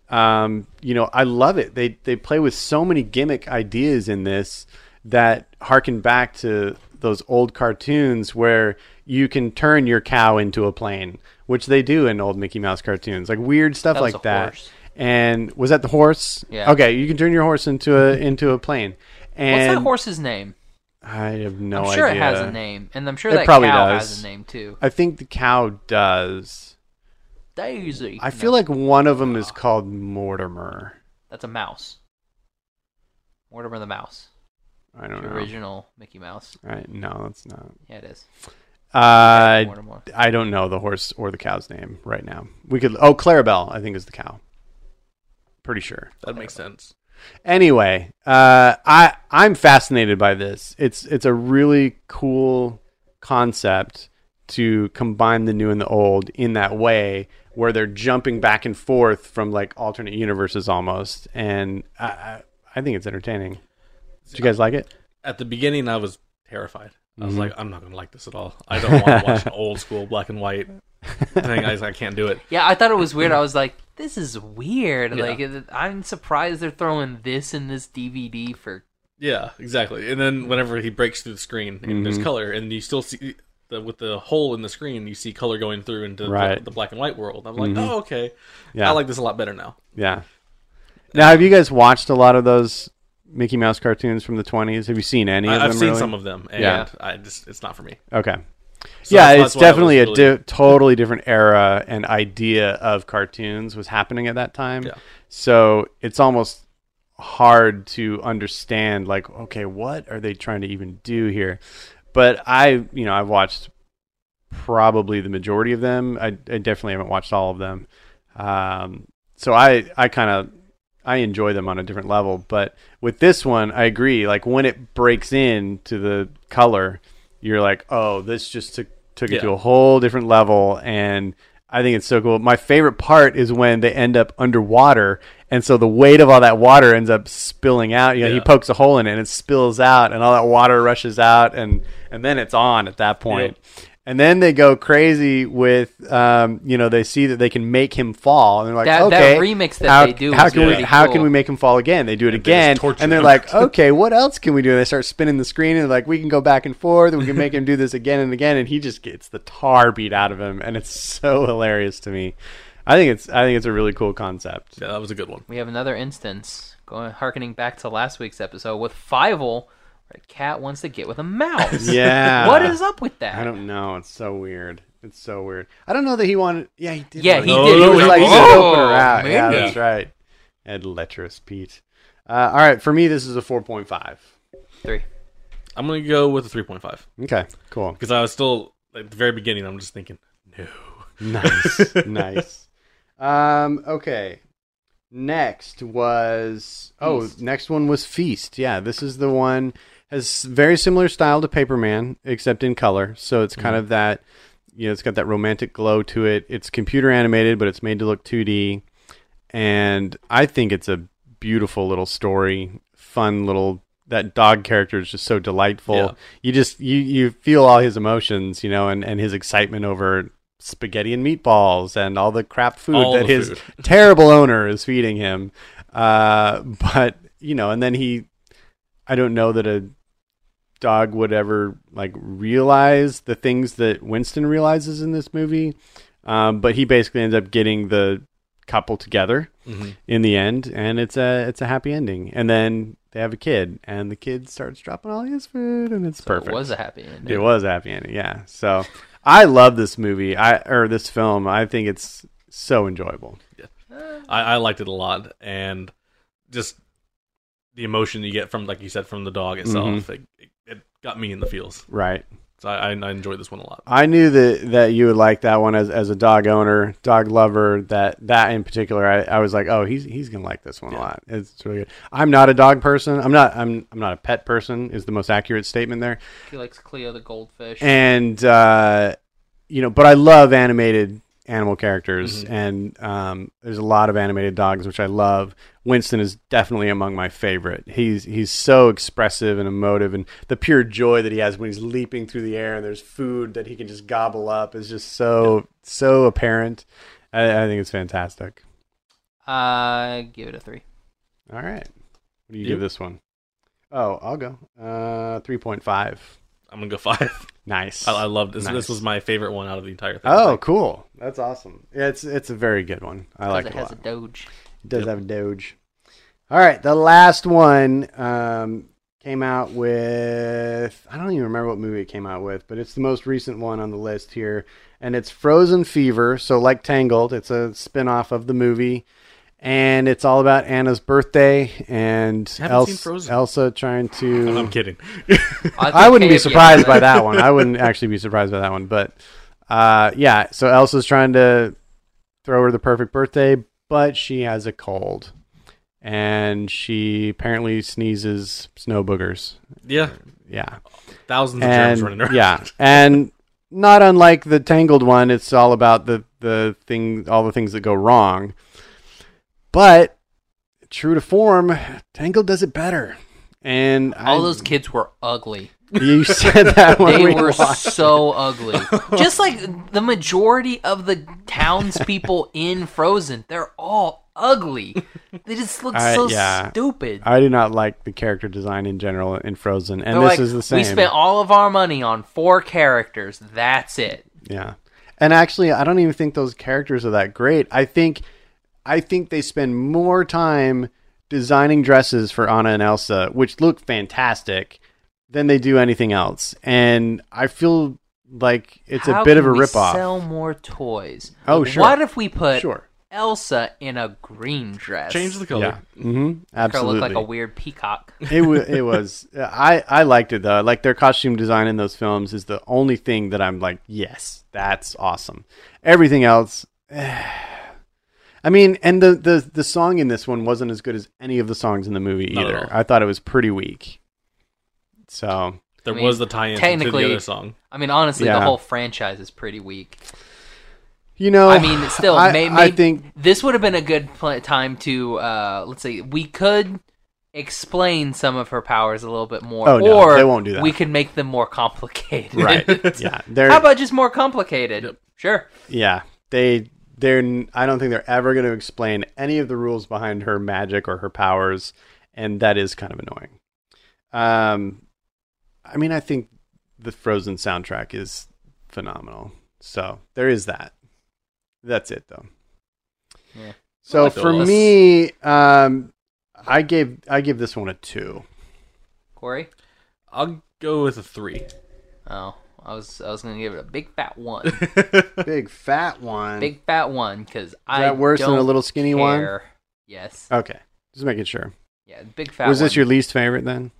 Speaker 2: um, you know, I love it. They they play with so many gimmick ideas in this that harken back to those old cartoons where you can turn your cow into a plane, which they do in old Mickey Mouse cartoons, like weird stuff
Speaker 4: That was
Speaker 2: like
Speaker 4: a
Speaker 2: that.
Speaker 4: horse.
Speaker 2: And was that the horse?
Speaker 4: Yeah. Mm-hmm.
Speaker 2: Okay, you can turn your horse into a into a plane.
Speaker 4: What's
Speaker 2: And
Speaker 4: that horse's name?
Speaker 2: I have no
Speaker 4: I'm sure
Speaker 2: idea.
Speaker 4: it has a name, and I'm sure
Speaker 2: It
Speaker 4: that
Speaker 2: probably
Speaker 4: cow
Speaker 2: does.
Speaker 4: has a name too.
Speaker 2: I think the cow does.
Speaker 4: Daisy.
Speaker 2: I feel like one of them is
Speaker 4: Oh.
Speaker 2: called Mortimer.
Speaker 4: that's a mouse. Mortimer the Mouse,
Speaker 2: I
Speaker 4: the
Speaker 2: don't know.
Speaker 4: original Mickey Mouse.
Speaker 2: I, no, that's not.
Speaker 4: Yeah, it is.
Speaker 2: Uh,
Speaker 4: Mortimer.
Speaker 2: I don't know the horse or the cow's name right now. We could. Oh, Clarabelle, I think is the cow. Pretty sure.
Speaker 3: That makes sense.
Speaker 2: Anyway, uh, I I'm fascinated by this. It's it's a really cool concept to combine the new and the old in that way, where they're jumping back and forth from like alternate universes almost, and I I, I think it's entertaining. Did you guys like it?
Speaker 3: At the beginning, I was terrified. I
Speaker 2: Mm-hmm.
Speaker 3: was like, I'm not going to like this at all. I don't want to watch an old school black and white thing. I, I can't do it.
Speaker 4: Yeah, I thought it was weird. I was like, this is weird.
Speaker 3: Yeah.
Speaker 4: Like, it- I'm surprised they're throwing this in this DVD for.
Speaker 3: Yeah, exactly. And then whenever he breaks through the screen and there's
Speaker 2: Mm-hmm.
Speaker 3: color, and you still see the, with the hole in the screen, you see color going through into the-
Speaker 2: Right. Mm-hmm.
Speaker 3: the, black and white world. I'm like, oh, okay.
Speaker 2: Yeah.
Speaker 3: I like this a lot better now.
Speaker 2: Yeah. Now, have you guys watched a lot of those Mickey Mouse cartoons from the twenties? Have you seen any
Speaker 3: I,
Speaker 2: of
Speaker 3: I've
Speaker 2: them?
Speaker 3: seen
Speaker 2: really?
Speaker 3: some of them, and
Speaker 2: Yeah.
Speaker 3: I just it's not for me.
Speaker 2: Okay.
Speaker 3: So
Speaker 2: yeah, it's
Speaker 3: that's- that's why I was
Speaker 2: definitely a
Speaker 3: really-
Speaker 2: di- totally different era and idea of cartoons was happening at that time.
Speaker 3: Yeah.
Speaker 2: So it's almost hard to understand like okay what are they trying to even do here but i you know i've watched probably the majority of them i, I definitely haven't watched all of them um, so i i kind of i enjoy them on a different level but with this one i agree like when it breaks in to the color you're like oh this just took took it
Speaker 3: Yeah.
Speaker 2: to a whole different level and I think it's so cool. My favorite part is when they end up underwater, and so the weight of all that water ends up spilling out. You know, he
Speaker 3: Yeah.
Speaker 2: pokes a hole in it, and it spills out, and all that water rushes out, and and then it's on at that point. And then they go crazy with, um, you know, they see that they can make him fall, and they're like,
Speaker 4: That-
Speaker 2: okay,
Speaker 4: that remix that
Speaker 2: how,
Speaker 4: they do
Speaker 2: how
Speaker 4: is
Speaker 2: can we
Speaker 4: really
Speaker 2: how
Speaker 4: cool.
Speaker 2: can we make him fall again? They do it
Speaker 3: And they just
Speaker 2: again,
Speaker 3: torture
Speaker 2: and they're
Speaker 3: him.
Speaker 2: like, okay, what else can we do? And they start spinning the screen, and they're like, we can go back and forth, and we can make him do this again and again, and he just gets the tar beat out of him, and it's so hilarious to me. I think it's I think it's a really cool concept.
Speaker 3: Yeah, that was a good one.
Speaker 4: We have another instance going, harkening back to last week's episode with Fievel, where a cat wants to get with a mouse.
Speaker 2: Yeah,
Speaker 4: What is up with that?
Speaker 2: I don't know. It's so weird. It's so weird. I don't know that he wanted. Yeah, he did.
Speaker 4: Yeah,
Speaker 2: want
Speaker 4: he
Speaker 2: it.
Speaker 3: did.
Speaker 2: He
Speaker 3: He
Speaker 2: was
Speaker 3: was
Speaker 2: like,
Speaker 3: like,
Speaker 2: "Oh,
Speaker 4: "Oh,
Speaker 2: out. Yeah,
Speaker 4: man."
Speaker 2: that's right. And lecherous Pete. Uh, all right, for me, this is a four point five.
Speaker 4: Three.
Speaker 3: I'm gonna go with a 3.5
Speaker 2: Okay, cool.
Speaker 3: because I was still at the very beginning. I'm just thinking, no,
Speaker 2: Nice, nice. Um, okay. Next was oh,
Speaker 4: Feast.
Speaker 2: next one was Feast. Yeah, this is the one has very similar style to Paperman, except in color. So it's kind of that you know, it's got that romantic glow to it. It's computer animated, but it's made to look 2D. And I think it's a beautiful little story, fun little that dog character is just so delightful.
Speaker 3: Yeah.
Speaker 2: You just you you feel all his emotions, you know, and and his excitement over spaghetti and meatballs and all the crap food
Speaker 3: All
Speaker 2: that
Speaker 3: the
Speaker 2: his
Speaker 3: food.
Speaker 2: terrible owner is feeding him. Uh, but you know, and then he, I don't know that a dog would ever like realize the things that Winston realizes in this movie. Um, but he basically ends up getting the couple together
Speaker 3: Mhm.
Speaker 2: in the end, and it's a it's a happy ending. And then they have a kid, and the kid starts dropping all his food, and it's
Speaker 4: So
Speaker 2: perfect.
Speaker 4: It was a happy ending.
Speaker 2: It was a happy ending, yeah. So I love this movie. I or this film. I think it's so enjoyable.
Speaker 3: I, I liked it a lot, and just the emotion you get from, like you said, from the dog
Speaker 2: Mm-hmm.
Speaker 3: itself. It, it, it got me in the feels.
Speaker 2: Right.
Speaker 3: So I, I, I enjoyed this one a lot.
Speaker 2: I knew that that you would like that one as as a dog owner, dog lover. That that in particular, I, I was like, oh, he's he's gonna like this one a lot. It's, it's really good. I'm not a dog person. I'm not. I'm I'm not a pet person. Is the most accurate statement there.
Speaker 4: He likes Cleo the goldfish.
Speaker 2: and uh, you know, but I love animated animal characters,
Speaker 3: Mm-hmm.
Speaker 2: and um, there's a lot of animated dogs which I love. Winston is definitely among my favorite. He's he's so expressive and emotive, and the pure joy that he has when he's leaping through the air and there's food that he can just gobble up is just so so apparent. I, I think it's fantastic.
Speaker 4: I give it a three.
Speaker 2: All right, what do you
Speaker 3: You?
Speaker 2: give this one? Oh, I'll go uh, three point five.
Speaker 3: I'm gonna go five.
Speaker 2: Nice.
Speaker 3: I, I loved this.
Speaker 2: Nice.
Speaker 3: This was my favorite one out of the entire thing.
Speaker 2: Oh, cool. That's awesome. Yeah, it's it's a very good one. I like it,
Speaker 4: it
Speaker 2: a
Speaker 4: has
Speaker 2: lot.
Speaker 4: a doge.
Speaker 2: it does
Speaker 3: Yep.
Speaker 2: have a doge. All right, the last one um, came out with I don't even remember what movie it came out with, but it's the most recent one on the list here, and it's Frozen Fever. So like Tangled, it's a spin-off of the movie. And it's all about Anna's birthday and
Speaker 3: haven't
Speaker 2: Els-
Speaker 3: seen Frozen.
Speaker 2: Elsa trying to.
Speaker 3: I'm kidding.
Speaker 2: I wouldn't be surprised by that one. I wouldn't actually be surprised by that one. But uh, yeah, so Elsa's trying to throw her the perfect birthday, but she has a cold. And she apparently sneezes snow boogers.
Speaker 3: yeah,
Speaker 2: Yeah.
Speaker 3: thousands of germs running
Speaker 2: And
Speaker 3: around.
Speaker 2: yeah. And not unlike the Tangled one, it's all about the, the thing all the things that go wrong. But true to form, Tangled does it better. And
Speaker 4: All
Speaker 2: I-
Speaker 4: those kids were ugly.
Speaker 2: you said that when we
Speaker 4: They were
Speaker 2: watched.
Speaker 4: so ugly. Just like the majority of the townspeople in Frozen, they're all ugly. They just look
Speaker 2: I-
Speaker 4: so
Speaker 2: yeah.
Speaker 4: stupid.
Speaker 2: I do not like the character design in general in Frozen, and
Speaker 4: They're
Speaker 2: this
Speaker 4: like,
Speaker 2: is the same.
Speaker 4: We spent all of our money on four characters. That's it.
Speaker 2: yeah, and actually, I don't even think those characters are that great. I think, I think they spend more time designing dresses for Anna and Elsa, which look fantastic, than they do anything else. And I feel like it's
Speaker 4: How
Speaker 2: a bit of a
Speaker 4: can we
Speaker 2: ripoff.
Speaker 4: Sell more toys.
Speaker 2: Oh, sure.
Speaker 4: What if we put
Speaker 2: sure.
Speaker 4: Elsa in a green dress?
Speaker 3: Change the color.
Speaker 2: Yeah. hmm
Speaker 4: Her
Speaker 2: Absolutely.
Speaker 4: look like a weird peacock.
Speaker 2: it was. It was. I I liked it though. Like their costume design in those films is the only thing that I'm like, yes, that's awesome. Everything else, eh. I mean, and the the the song in this one wasn't as good as any of the songs in the movie
Speaker 3: Not at
Speaker 2: either.
Speaker 3: all.
Speaker 2: I thought it was pretty weak. So
Speaker 3: There
Speaker 4: I mean,
Speaker 3: was the tie-in to the
Speaker 4: technically-
Speaker 3: other song.
Speaker 4: I mean, honestly,
Speaker 2: Yeah.
Speaker 4: the whole franchise is pretty weak.
Speaker 2: you know,
Speaker 4: I mean, still,
Speaker 2: I,
Speaker 4: may,
Speaker 2: I
Speaker 4: may-
Speaker 2: think
Speaker 4: this would have been a good pl- time to, uh, let's say, we could explain some of her powers a little bit more.
Speaker 2: Oh, no,
Speaker 4: or
Speaker 2: they won't do that.
Speaker 4: We could make them more complicated.
Speaker 2: right. Yeah, they're
Speaker 4: How about just more complicated? Sure.
Speaker 2: yeah they they're n- I don't think they're ever going to explain any of the rules behind her magic or her powers, and that is kind of annoying. Um, I mean, I think the Frozen soundtrack is phenomenal. So there is that. That's it, though.
Speaker 4: Yeah.
Speaker 2: So
Speaker 3: like the
Speaker 2: for
Speaker 3: list.
Speaker 2: me, um, I gave I give this one a two.
Speaker 4: Corey?
Speaker 3: I'll go with a three.
Speaker 4: Oh, I was I was gonna give it a big fat one,
Speaker 3: uh,
Speaker 2: Big fat one.
Speaker 4: big fat one, because I
Speaker 2: that worse than a
Speaker 4: don't
Speaker 2: little skinny one?
Speaker 4: care. Yes,
Speaker 2: Okay, just making sure.
Speaker 4: yeah, big fat.
Speaker 2: Was this
Speaker 4: one.
Speaker 2: your least favorite then?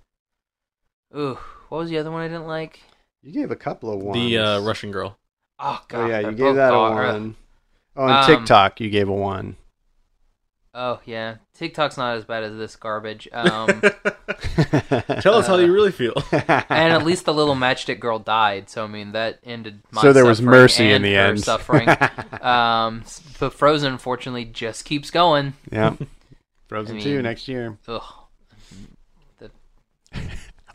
Speaker 4: Ooh, what was the other one I didn't like?
Speaker 2: You gave a couple of ones.
Speaker 3: The uh, Russian girl.
Speaker 4: Oh god,
Speaker 2: oh yeah,
Speaker 4: they're
Speaker 2: you
Speaker 4: both
Speaker 2: gave that a
Speaker 4: gar-
Speaker 2: one. Oh, and
Speaker 4: Um,
Speaker 2: TikTok, you gave a one.
Speaker 4: Oh yeah, TikTok's not as bad as this garbage. Um,
Speaker 3: Tell us how you really feel.
Speaker 4: and at least the little matchstick girl died, so I mean that ended. My
Speaker 2: so there was
Speaker 4: suffering
Speaker 2: mercy in
Speaker 4: and
Speaker 2: the
Speaker 4: her
Speaker 2: end.
Speaker 4: Suffering. um, s- but Frozen, unfortunately, just keeps going.
Speaker 2: yeah. Frozen
Speaker 4: I
Speaker 2: two
Speaker 4: mean-
Speaker 2: next year.
Speaker 4: Ugh. The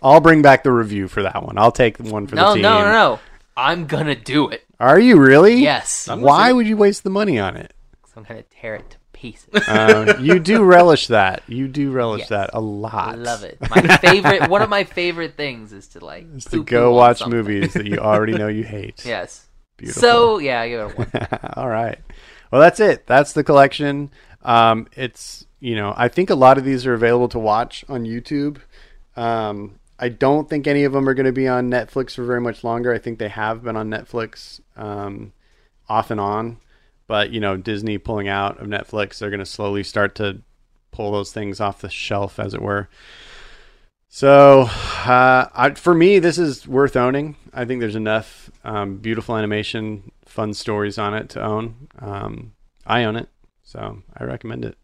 Speaker 2: I'll bring back the review for that one. I'll take one for the
Speaker 4: No,
Speaker 2: team.
Speaker 4: no, no, no. I'm gonna do it.
Speaker 2: Are you really?
Speaker 4: Yes. I'm
Speaker 2: Why would you waste the money on it?
Speaker 4: I'm gonna tear it to pieces.
Speaker 2: Uh, you do relish that. You do relish
Speaker 4: Yes.
Speaker 2: that a lot.
Speaker 4: I love it. My favorite, one of my favorite things is to like
Speaker 2: Just to
Speaker 4: poo-poo
Speaker 2: go
Speaker 4: on
Speaker 2: watch
Speaker 4: something.
Speaker 2: movies that you already know you hate.
Speaker 4: Yes.
Speaker 2: Beautiful.
Speaker 4: So yeah, I give it a one.
Speaker 2: All right. Well, that's it. That's the collection. Um, it's you know I think a lot of these are available to watch on YouTube. Um, I don't think any of them are going to be on Netflix for very much longer. I think they have been on Netflix um, off and on, but you know Disney pulling out of Netflix, they're going to slowly start to pull those things off the shelf, as it were. So, uh, I, for me, this is worth owning. I think there's enough um, beautiful animation, fun stories on it to own. Um, I own it, so I recommend it.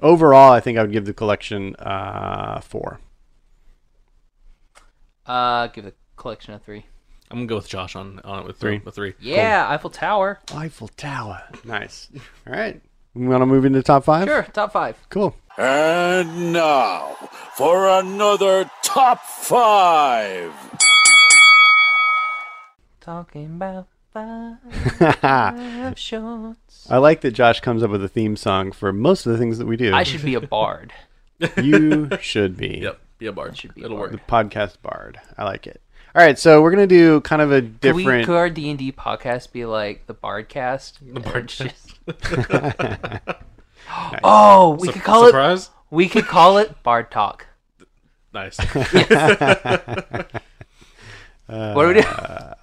Speaker 2: Overall, I think I would give the collection uh, four.
Speaker 4: Uh, give the collection a three.
Speaker 3: I'm gonna go with Josh on on it with
Speaker 2: Three.
Speaker 3: three. With three.
Speaker 4: Yeah, Eiffel Tower.
Speaker 2: Eiffel Tower. Nice. All right. We want to move into top five?
Speaker 4: Sure, top five.
Speaker 2: Cool.
Speaker 1: And now for another top five.
Speaker 4: Talking about five
Speaker 2: I
Speaker 4: shorts.
Speaker 2: like that Josh comes up with a theme song for most of the things that we do.
Speaker 4: I should be a bard.
Speaker 2: you should be.
Speaker 3: Yep. Be a bard.
Speaker 4: should be a
Speaker 3: It'll
Speaker 4: bard.
Speaker 3: work.
Speaker 2: Podcast Bard. I like it. All right, so we're gonna do kind of a
Speaker 4: Could we-
Speaker 2: different.
Speaker 4: Could our D and D podcast be like the Bardcast? The Bardcast. Oh, we could call it.
Speaker 3: Surprise.
Speaker 4: We could call it Bard Talk.
Speaker 3: Nice.
Speaker 4: what do we do?
Speaker 2: Uh,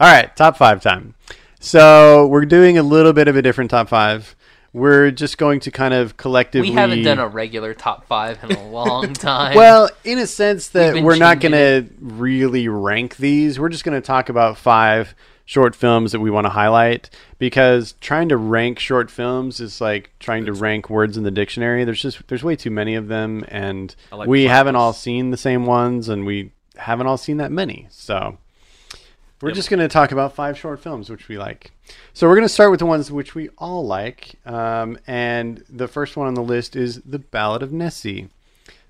Speaker 2: All right, top five time. So we're doing a little bit of a different top five. We're just going to kind of collectively.
Speaker 4: We haven't done a regular top five in a long time.
Speaker 2: Well, in a sense that
Speaker 4: been
Speaker 2: we're not
Speaker 4: changing
Speaker 2: going to really rank these. We're just going to talk about five short films that we want to highlight because trying to rank short films is like trying to rank words in the dictionary. There's just there's way too many of them and
Speaker 3: I like
Speaker 2: we
Speaker 3: the
Speaker 2: haven't all seen the same ones and we haven't all seen that many. So we're just going to talk about five short films which we like. So we're going to start with the ones which we all like, um, and the first one on the list is the Ballad of Nessie.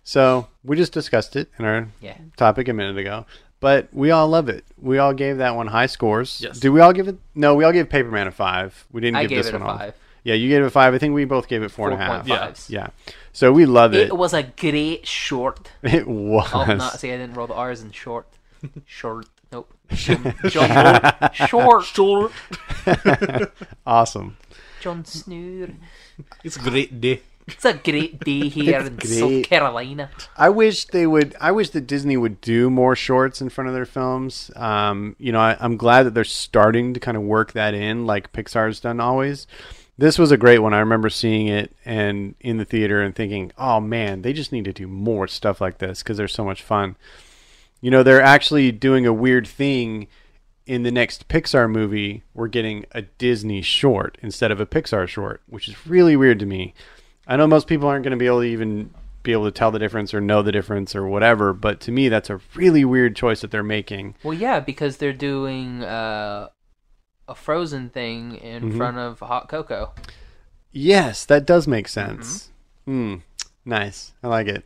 Speaker 2: So we just discussed it in our
Speaker 4: Yeah.
Speaker 2: topic a minute ago, but we all love it. We all gave that one high scores.
Speaker 3: Yes.
Speaker 2: Did we all give it? No, we all gave Paperman a five. We didn't
Speaker 4: I
Speaker 2: give
Speaker 4: gave
Speaker 2: this
Speaker 4: it a
Speaker 2: one all.
Speaker 4: five.
Speaker 2: Yeah, you gave it a five. I think we both gave it four and a half.
Speaker 4: 4.5s.
Speaker 2: Yeah. So we love it.
Speaker 4: It was a great short.
Speaker 2: It was.
Speaker 4: Oh, no, see, I didn't roll the R's in short. Short. Nope. John, John, short.
Speaker 3: Sure.
Speaker 2: awesome.
Speaker 4: John Snur.
Speaker 3: It's a great day.
Speaker 4: It's a great day here in South
Speaker 2: great.
Speaker 4: Carolina.
Speaker 2: I wish they would. I wish that Disney would do more shorts in front of their films. Um, you know, I, I'm glad that they're starting to kind of work that in, like Pixar's done always. This was a great one. I remember seeing it and in the theater and thinking, "Oh man, they just need to do more stuff like this because they're so much fun." You know, they're actually doing a weird thing in the next Pixar movie, we're getting a Disney short instead of a Pixar short, which is really weird to me. I know most people aren't going to be able to even be able to tell the difference or know the difference or whatever, but to me, that's a really weird choice that they're making.
Speaker 4: Well, yeah, because they're doing uh, a frozen thing in front of hot cocoa.
Speaker 2: Yes, that does make sense. Hmm. Nice. I like it.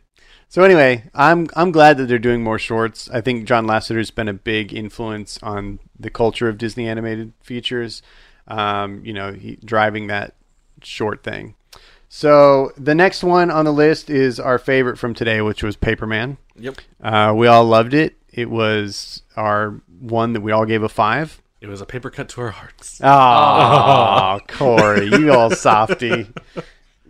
Speaker 2: So anyway, I'm I'm glad that they're doing more shorts. I think John Lasseter's been a big influence on the culture of Disney animated features. Um, you know, he driving that short thing. So the next one on the list is our favorite from today, which was Paperman.
Speaker 3: Yep.
Speaker 2: Uh, we all loved it. It was our one that we all gave a five.
Speaker 3: It was a paper cut to our hearts.
Speaker 2: Oh, Corey, you all softy.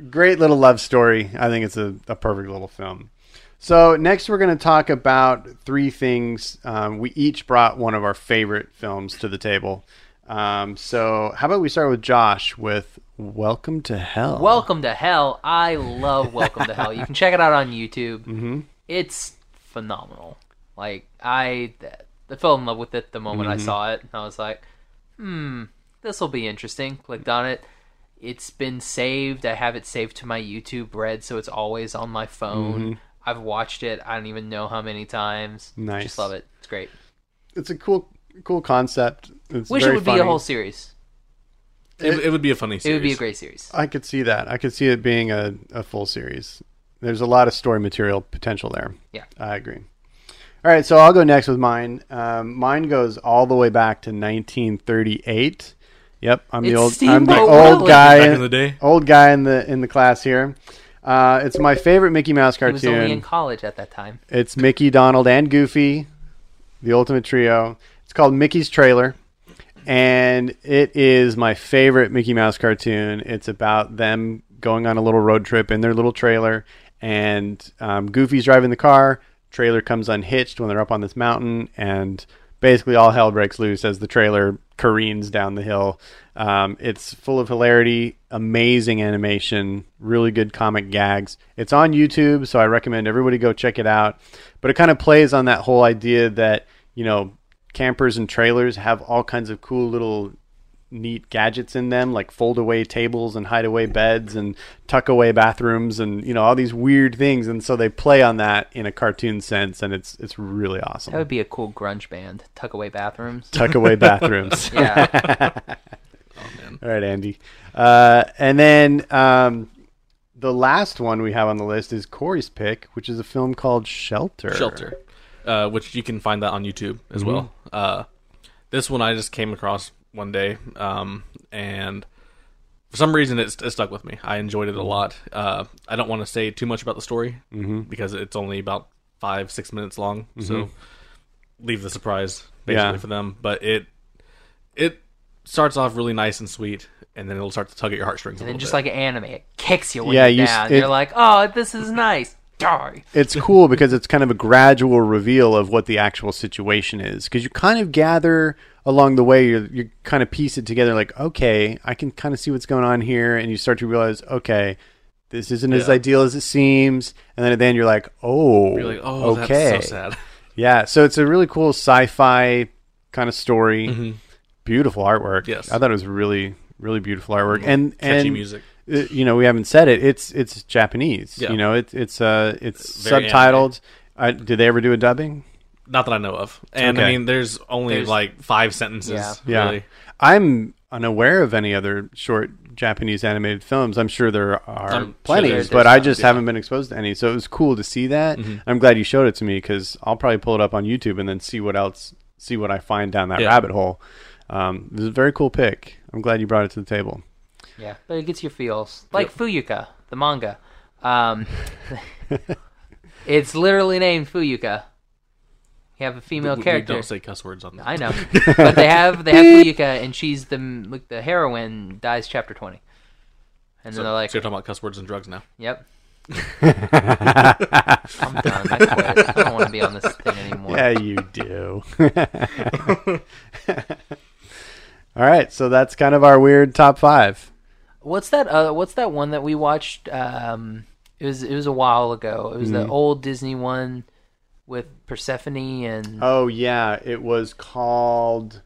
Speaker 2: Great little love story. I think it's a, a perfect little film. So, next, we're going to talk about three things. Um, we each brought one of our favorite films to the table. Um, so, how about we start with Josh with Welcome to Hell?
Speaker 4: Welcome to Hell. I love Welcome to Hell. You can check it out on YouTube. Mm-hmm. It's phenomenal. Like I, th- I fell in love with it the moment
Speaker 2: Mm-hmm.
Speaker 4: I saw it. I was like, hmm, this will be interesting. Clicked on it. It's been saved. I have it saved to my YouTube Red, so it's always on my phone.
Speaker 2: Mm-hmm.
Speaker 4: I've watched it. I don't even know how many times.
Speaker 2: Nice.
Speaker 4: Just love it. It's great.
Speaker 2: It's a cool, cool concept. It's
Speaker 4: Wish
Speaker 2: very
Speaker 4: it would
Speaker 2: funny.
Speaker 4: be a whole series.
Speaker 3: It, it would be a funny
Speaker 4: It
Speaker 3: series.
Speaker 4: would be a great series.
Speaker 2: I could see that. I could see it being a, a full series. There's a lot of story material potential there.
Speaker 4: Yeah.
Speaker 2: I agree. All right, so I'll go next with mine. Um, mine goes all the way back to 1938. Yep, I'm the
Speaker 4: It's
Speaker 2: old I'm the
Speaker 4: Steamboat
Speaker 2: old
Speaker 4: Willie.
Speaker 2: guy
Speaker 3: Back in the day?
Speaker 2: Old guy in the in the class here. Uh, it's my favorite Mickey Mouse
Speaker 4: He was only in
Speaker 2: cartoon.
Speaker 4: college at that time.
Speaker 2: It's Mickey, Donald, and Goofy, the ultimate trio. It's called Mickey's Trailer, and it is my favorite Mickey Mouse cartoon. It's about them going on a little road trip in their little trailer, and um, Goofy's driving the car. Trailer comes unhitched when they're up on this mountain, and basically all hell breaks loose as the trailer careens down the hill. Um, it's full of hilarity, amazing animation, really good comic gags. It's on YouTube, so I recommend everybody go check it out. But it kind of plays on that whole idea that, you know, campers and trailers have all kinds of cool little neat gadgets in them like foldaway tables and hideaway beds and tuckaway bathrooms and you know all these weird things and so they play on that in a cartoon sense and it's it's really awesome
Speaker 4: That would be a cool grunge band. Tuck away bathrooms.
Speaker 2: tuck away bathrooms.
Speaker 4: Yeah.
Speaker 2: All right, Andy. Uh, and then um, the last one we have on the list is Corey's pick, which is a film called Shelter.
Speaker 3: Shelter, uh, which you can find that on YouTube as well. Uh, this one I just came across one day, um, and for some reason it's, it stuck with me. I enjoyed it a lot. Uh, I don't want to say too much about the story because it's only about five six minutes long, so leave the surprise basically
Speaker 2: Yeah.
Speaker 3: for them. But it it starts off really nice and sweet, and then it'll start to tug at your heartstrings. a
Speaker 4: and then
Speaker 3: little
Speaker 4: just
Speaker 3: bit.
Speaker 4: like anime, it kicks you when
Speaker 2: Yeah, you
Speaker 4: you're
Speaker 2: s-
Speaker 4: down.
Speaker 2: it-
Speaker 4: you're like, oh, this is nice. Die.
Speaker 2: It's cool because it's kind of a gradual reveal of what the actual situation is because you kind of gather along the way you you kind of piece it together like okay I can kind of see what's going on here and you start to realize okay this isn't as
Speaker 3: Yeah.
Speaker 2: ideal as it seems and then at the end you're like oh
Speaker 3: You're like, oh, that's so sad.
Speaker 2: Yeah, so it's a really cool sci-fi kind of story. Beautiful artwork.
Speaker 3: Mm-hmm. Yes. Mm-hmm.
Speaker 2: I thought it was really, really beautiful artwork. And
Speaker 3: Catchy
Speaker 2: and,
Speaker 3: music.
Speaker 2: uh, You know, we haven't said it. It's it's Japanese.
Speaker 3: Yeah.
Speaker 2: You know, it, it's uh it's
Speaker 3: Very
Speaker 2: subtitled. Uh, did they ever do a dubbing?
Speaker 3: Not that I know of. And I
Speaker 2: Okay.
Speaker 3: mean, there's only
Speaker 4: There's-
Speaker 3: like five sentences.
Speaker 4: Yeah.
Speaker 2: Yeah.
Speaker 3: Really.
Speaker 2: I'm unaware of any other short Japanese animated films. I'm sure there are
Speaker 3: I'm sure
Speaker 2: plenty,
Speaker 3: there-
Speaker 2: but
Speaker 3: there's
Speaker 2: I
Speaker 3: tons,
Speaker 2: just
Speaker 3: yeah. Mm-hmm.
Speaker 2: haven't been exposed to any. So it was cool to see that. I'm glad you showed it to me because I'll probably pull it up on YouTube and then see what else, see what I find down that
Speaker 3: Yeah.
Speaker 2: rabbit hole. Um, it was a very cool pick. I'm glad you brought it to the table.
Speaker 4: Yeah, but it gets your feels. Like Fuyuka, the manga. Um, it's literally named Fuyuka. You have a female
Speaker 3: We-
Speaker 4: character.
Speaker 3: We don't say cuss words on that.
Speaker 4: I know, but they have they have Fuyuka, and she's the like the heroine dies chapter twenty, and then they're like,
Speaker 3: so you're talking about cuss words and drugs now.
Speaker 4: "Yep, I'm done. I quit. I don't want to be on this thing anymore."
Speaker 2: Yeah, you do. All right, so that's kind of our weird top five.
Speaker 4: What's that? Uh, what's that one that we watched? Um, it was it was a while ago. It was
Speaker 2: Mm-hmm.
Speaker 4: the old Disney one with Persephone, and
Speaker 2: Oh yeah, it was called.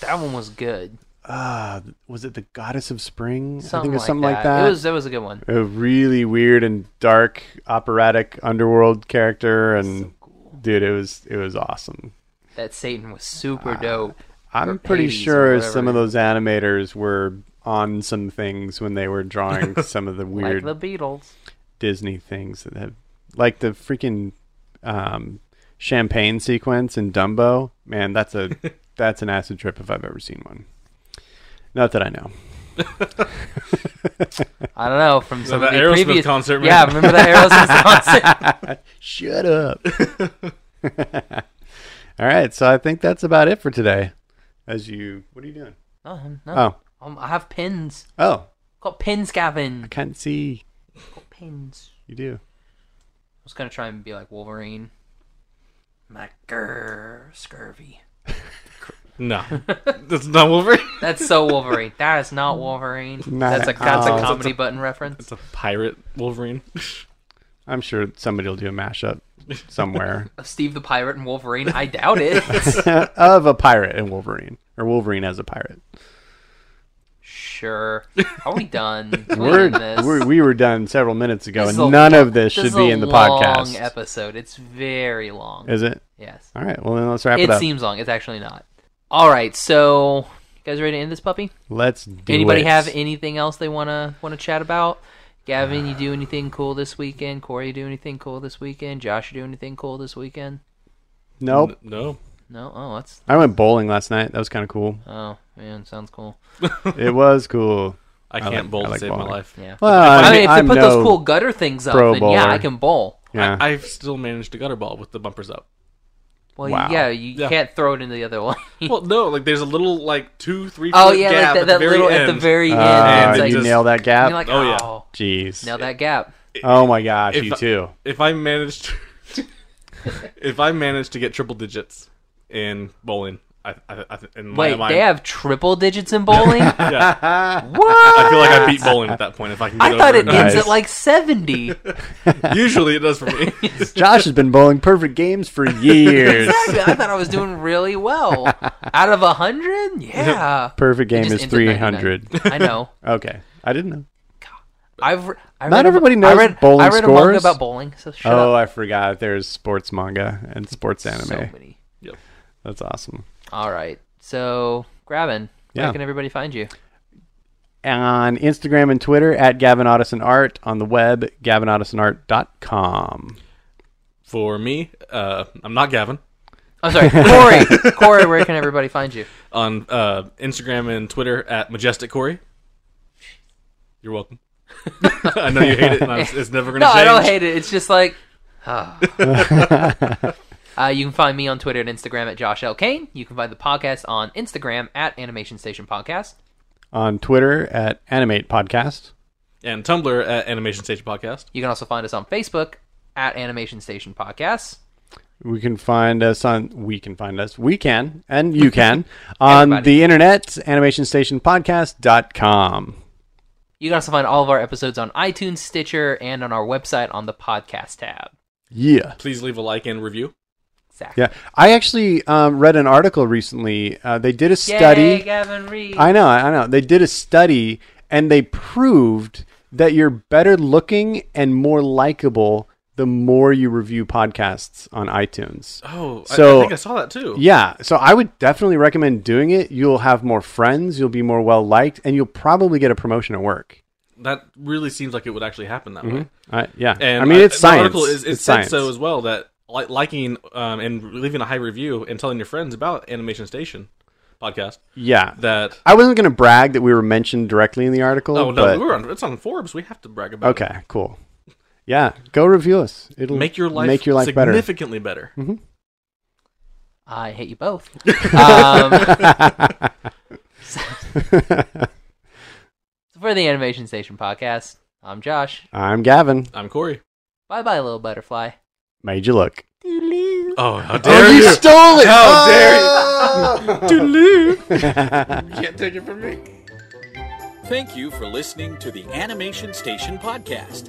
Speaker 4: that one was good.
Speaker 2: uh was it the goddess of spring i think
Speaker 4: Something
Speaker 2: it was
Speaker 4: like
Speaker 2: something
Speaker 4: that.
Speaker 2: like that
Speaker 4: It was that was a good one.
Speaker 2: a really weird and dark operatic underworld character and dude it was it was awesome
Speaker 4: That Satan was super dope.
Speaker 2: Uh, i'm pretty
Speaker 4: Hades or
Speaker 2: sure
Speaker 4: whatever.
Speaker 2: some of those animators were on some things when they were drawing some of the weird
Speaker 4: Like the Beatles.
Speaker 2: disney things that have like the freaking um champagne sequence in dumbo man that's a that's an acid trip if i've ever seen one not that i know
Speaker 4: I don't know from some
Speaker 3: that
Speaker 4: of the
Speaker 3: Aerosmith
Speaker 4: previous
Speaker 3: concert, man.
Speaker 4: Yeah, remember that Aerosmith concert?
Speaker 2: Shut up. All right, so I think that's about it for today. As you, what are you doing?
Speaker 4: No, no.
Speaker 2: Oh,
Speaker 4: Um, I have pins.
Speaker 2: oh,
Speaker 4: Got pins, Gavin.
Speaker 2: can't see.
Speaker 4: Got pins.
Speaker 2: You do.
Speaker 4: I was gonna try and be like Wolverine. My grr, scurvy.
Speaker 3: No, that's not Wolverine.
Speaker 4: That's so Wolverine. that is not Wolverine.
Speaker 2: Not
Speaker 4: that's a
Speaker 2: at
Speaker 4: that's
Speaker 2: all.
Speaker 4: a comedy button reference.
Speaker 3: It's a pirate Wolverine.
Speaker 2: I'm sure somebody will do a mashup somewhere
Speaker 4: Of Steve the Pirate and Wolverine. I doubt it.
Speaker 2: of a pirate and Wolverine, or Wolverine as a pirate.
Speaker 4: sure. Are we done? Are we
Speaker 2: We're,
Speaker 4: doing this?
Speaker 2: we're we were done several minutes ago,
Speaker 4: This is
Speaker 2: and
Speaker 4: a
Speaker 2: none
Speaker 4: lo-
Speaker 2: of this should
Speaker 4: is
Speaker 2: be
Speaker 4: a
Speaker 2: in the
Speaker 4: long
Speaker 2: podcast.
Speaker 4: Episode. It's very long.
Speaker 2: Is it?
Speaker 4: yes.
Speaker 2: All right. Well, then let's wrap it,
Speaker 4: It
Speaker 2: up.
Speaker 4: seems long. It's actually not. All right. So, you guys ready to end this puppy?
Speaker 2: let's do
Speaker 4: Anybody
Speaker 2: it.
Speaker 4: have anything else they wanna wanna chat about? Gavin, you do anything cool this weekend? Corey, you do anything cool this weekend? Josh, you do anything cool this weekend?
Speaker 2: Nope.
Speaker 3: N- no.
Speaker 4: No, oh, that's
Speaker 2: I went bowling last night. That was kind of cool.
Speaker 4: oh man, sounds cool.
Speaker 2: It was cool.
Speaker 3: I can't
Speaker 2: like-
Speaker 3: bowl
Speaker 2: I
Speaker 3: to
Speaker 2: like
Speaker 3: save my
Speaker 2: bowling.
Speaker 3: life.
Speaker 4: Yeah.
Speaker 2: Well,
Speaker 4: I,
Speaker 2: I
Speaker 4: mean,
Speaker 2: mean,
Speaker 4: if
Speaker 2: I'm
Speaker 4: they put those
Speaker 2: no
Speaker 4: cool gutter things up,
Speaker 2: pro
Speaker 4: then yeah, I
Speaker 2: bowler.
Speaker 4: can bowl.
Speaker 2: Yeah.
Speaker 3: I, I've still managed to gutter ball with the bumpers up.
Speaker 4: Well,
Speaker 2: Wow.
Speaker 4: yeah, you
Speaker 3: Yeah.
Speaker 4: can't throw it into the other one.
Speaker 3: Well, no, like there's a little like two, three.
Speaker 4: oh
Speaker 3: foot
Speaker 4: yeah,
Speaker 3: gap
Speaker 4: like that,
Speaker 3: at the
Speaker 4: that
Speaker 3: very
Speaker 4: little
Speaker 3: end.
Speaker 4: at the very end.
Speaker 2: Ah,
Speaker 4: it's
Speaker 3: it
Speaker 4: like,
Speaker 2: you
Speaker 3: just-
Speaker 2: nail that
Speaker 4: and
Speaker 2: gap.
Speaker 4: you're like,
Speaker 3: Oh, yeah.
Speaker 4: oh,
Speaker 2: Jeez.
Speaker 4: nail that gap.
Speaker 2: Oh my gosh, you
Speaker 3: If-
Speaker 2: too.
Speaker 3: If I managed, to, if I managed to get triple digits in bowling, I, I, I in my
Speaker 4: Wait,
Speaker 3: mind,
Speaker 4: they have triple digits in bowling. what?
Speaker 3: yeah, I feel like I beat bowling at that point. If I can, get
Speaker 4: I thought
Speaker 3: over
Speaker 4: it ends
Speaker 2: Nice.
Speaker 4: at like seventy.
Speaker 3: Usually it does for me.
Speaker 2: Josh has been bowling perfect games for years.
Speaker 4: Exactly. I thought I was doing really well. Out of a hundred, yeah.
Speaker 2: perfect game
Speaker 4: It just
Speaker 2: is
Speaker 4: ends at 99.
Speaker 2: 300.
Speaker 4: I know.
Speaker 2: Okay. I didn't know.
Speaker 4: I've re- I
Speaker 2: Not
Speaker 4: read
Speaker 2: everybody
Speaker 4: a,
Speaker 2: knows
Speaker 4: I read,
Speaker 2: bowling
Speaker 4: I read a manga
Speaker 2: scores.
Speaker 4: about bowling, so shut
Speaker 2: oh,
Speaker 4: up.
Speaker 2: I forgot. There's sports manga and sports anime.
Speaker 4: So many.
Speaker 2: That's awesome.
Speaker 4: All right, so grabbing. Where
Speaker 2: Yeah.
Speaker 4: can everybody find you?
Speaker 2: On Instagram and Twitter at Gavin Audison Art. On the web, gavinoddisonart.com.
Speaker 3: for me, uh, I'm not Gavin
Speaker 4: I'm Oh, sorry, Corey. Corey, where can everybody find you?
Speaker 3: on uh, Instagram and Twitter at majestic Corey. You're welcome. I know you hate it. And I'm- it's never gonna
Speaker 4: No,
Speaker 3: change.
Speaker 4: I don't hate it. It's just like. ah. uh, you can find me on Twitter and Instagram at Josh L. Kane. You can find the podcast on Instagram at Animation Station Podcast.
Speaker 2: On Twitter at Animate Podcast.
Speaker 3: And Tumblr at Animation Station Podcast.
Speaker 4: You can also find us on Facebook at Animation Station Podcast.
Speaker 2: We can find us on. We can find us. We can, and you can on
Speaker 4: Everybody.
Speaker 2: the internet, animationstationpodcast.com.
Speaker 4: You can also find all of our episodes on iTunes, Stitcher, and on our website on the podcast tab.
Speaker 2: Yeah.
Speaker 3: Please leave a like and review.
Speaker 4: Exactly.
Speaker 2: Yeah. I actually um, read an article recently. Uh, they did a
Speaker 4: Yay,
Speaker 2: study.
Speaker 4: Gavin Reed.
Speaker 2: I know, I know. They did a study and they proved that you're better looking and more likable the more you review podcasts on iTunes.
Speaker 3: Oh, I- I,
Speaker 2: So-
Speaker 3: think I saw that too.
Speaker 2: Yeah, so I would definitely recommend doing it. You'll have more friends, you'll be more well liked, and you'll probably get a promotion at work.
Speaker 3: That really seems like it would actually happen that way.
Speaker 2: I, yeah,
Speaker 3: And
Speaker 2: Mm-hmm. I mean it's
Speaker 3: the
Speaker 2: science.
Speaker 3: article is, it
Speaker 2: it's
Speaker 3: said
Speaker 2: science.
Speaker 3: so as well that li- liking um, and leaving a high review and telling your friends about Animation Station podcast
Speaker 2: yeah,
Speaker 3: that
Speaker 2: I wasn't going to brag that we were mentioned directly in the article.
Speaker 3: oh no
Speaker 2: but-
Speaker 3: we were on it's on Forbes we have to brag about it.
Speaker 2: okay, cool. Yeah, go review us. It'll
Speaker 3: make your life
Speaker 2: make your life better.
Speaker 3: significantly better.
Speaker 4: I hate you both. um,
Speaker 2: Mm-hmm.
Speaker 4: for the Animation Station Podcast, I'm Josh.
Speaker 2: I'm Gavin.
Speaker 3: I'm Corey.
Speaker 4: Bye bye, little butterfly.
Speaker 2: Made you look.
Speaker 3: Oh, how dare
Speaker 2: oh, you,
Speaker 3: you!
Speaker 2: stole it!
Speaker 3: How
Speaker 2: Oh!
Speaker 3: dare you! you can't take it from me.
Speaker 1: Thank you for listening to the Animation Station Podcast.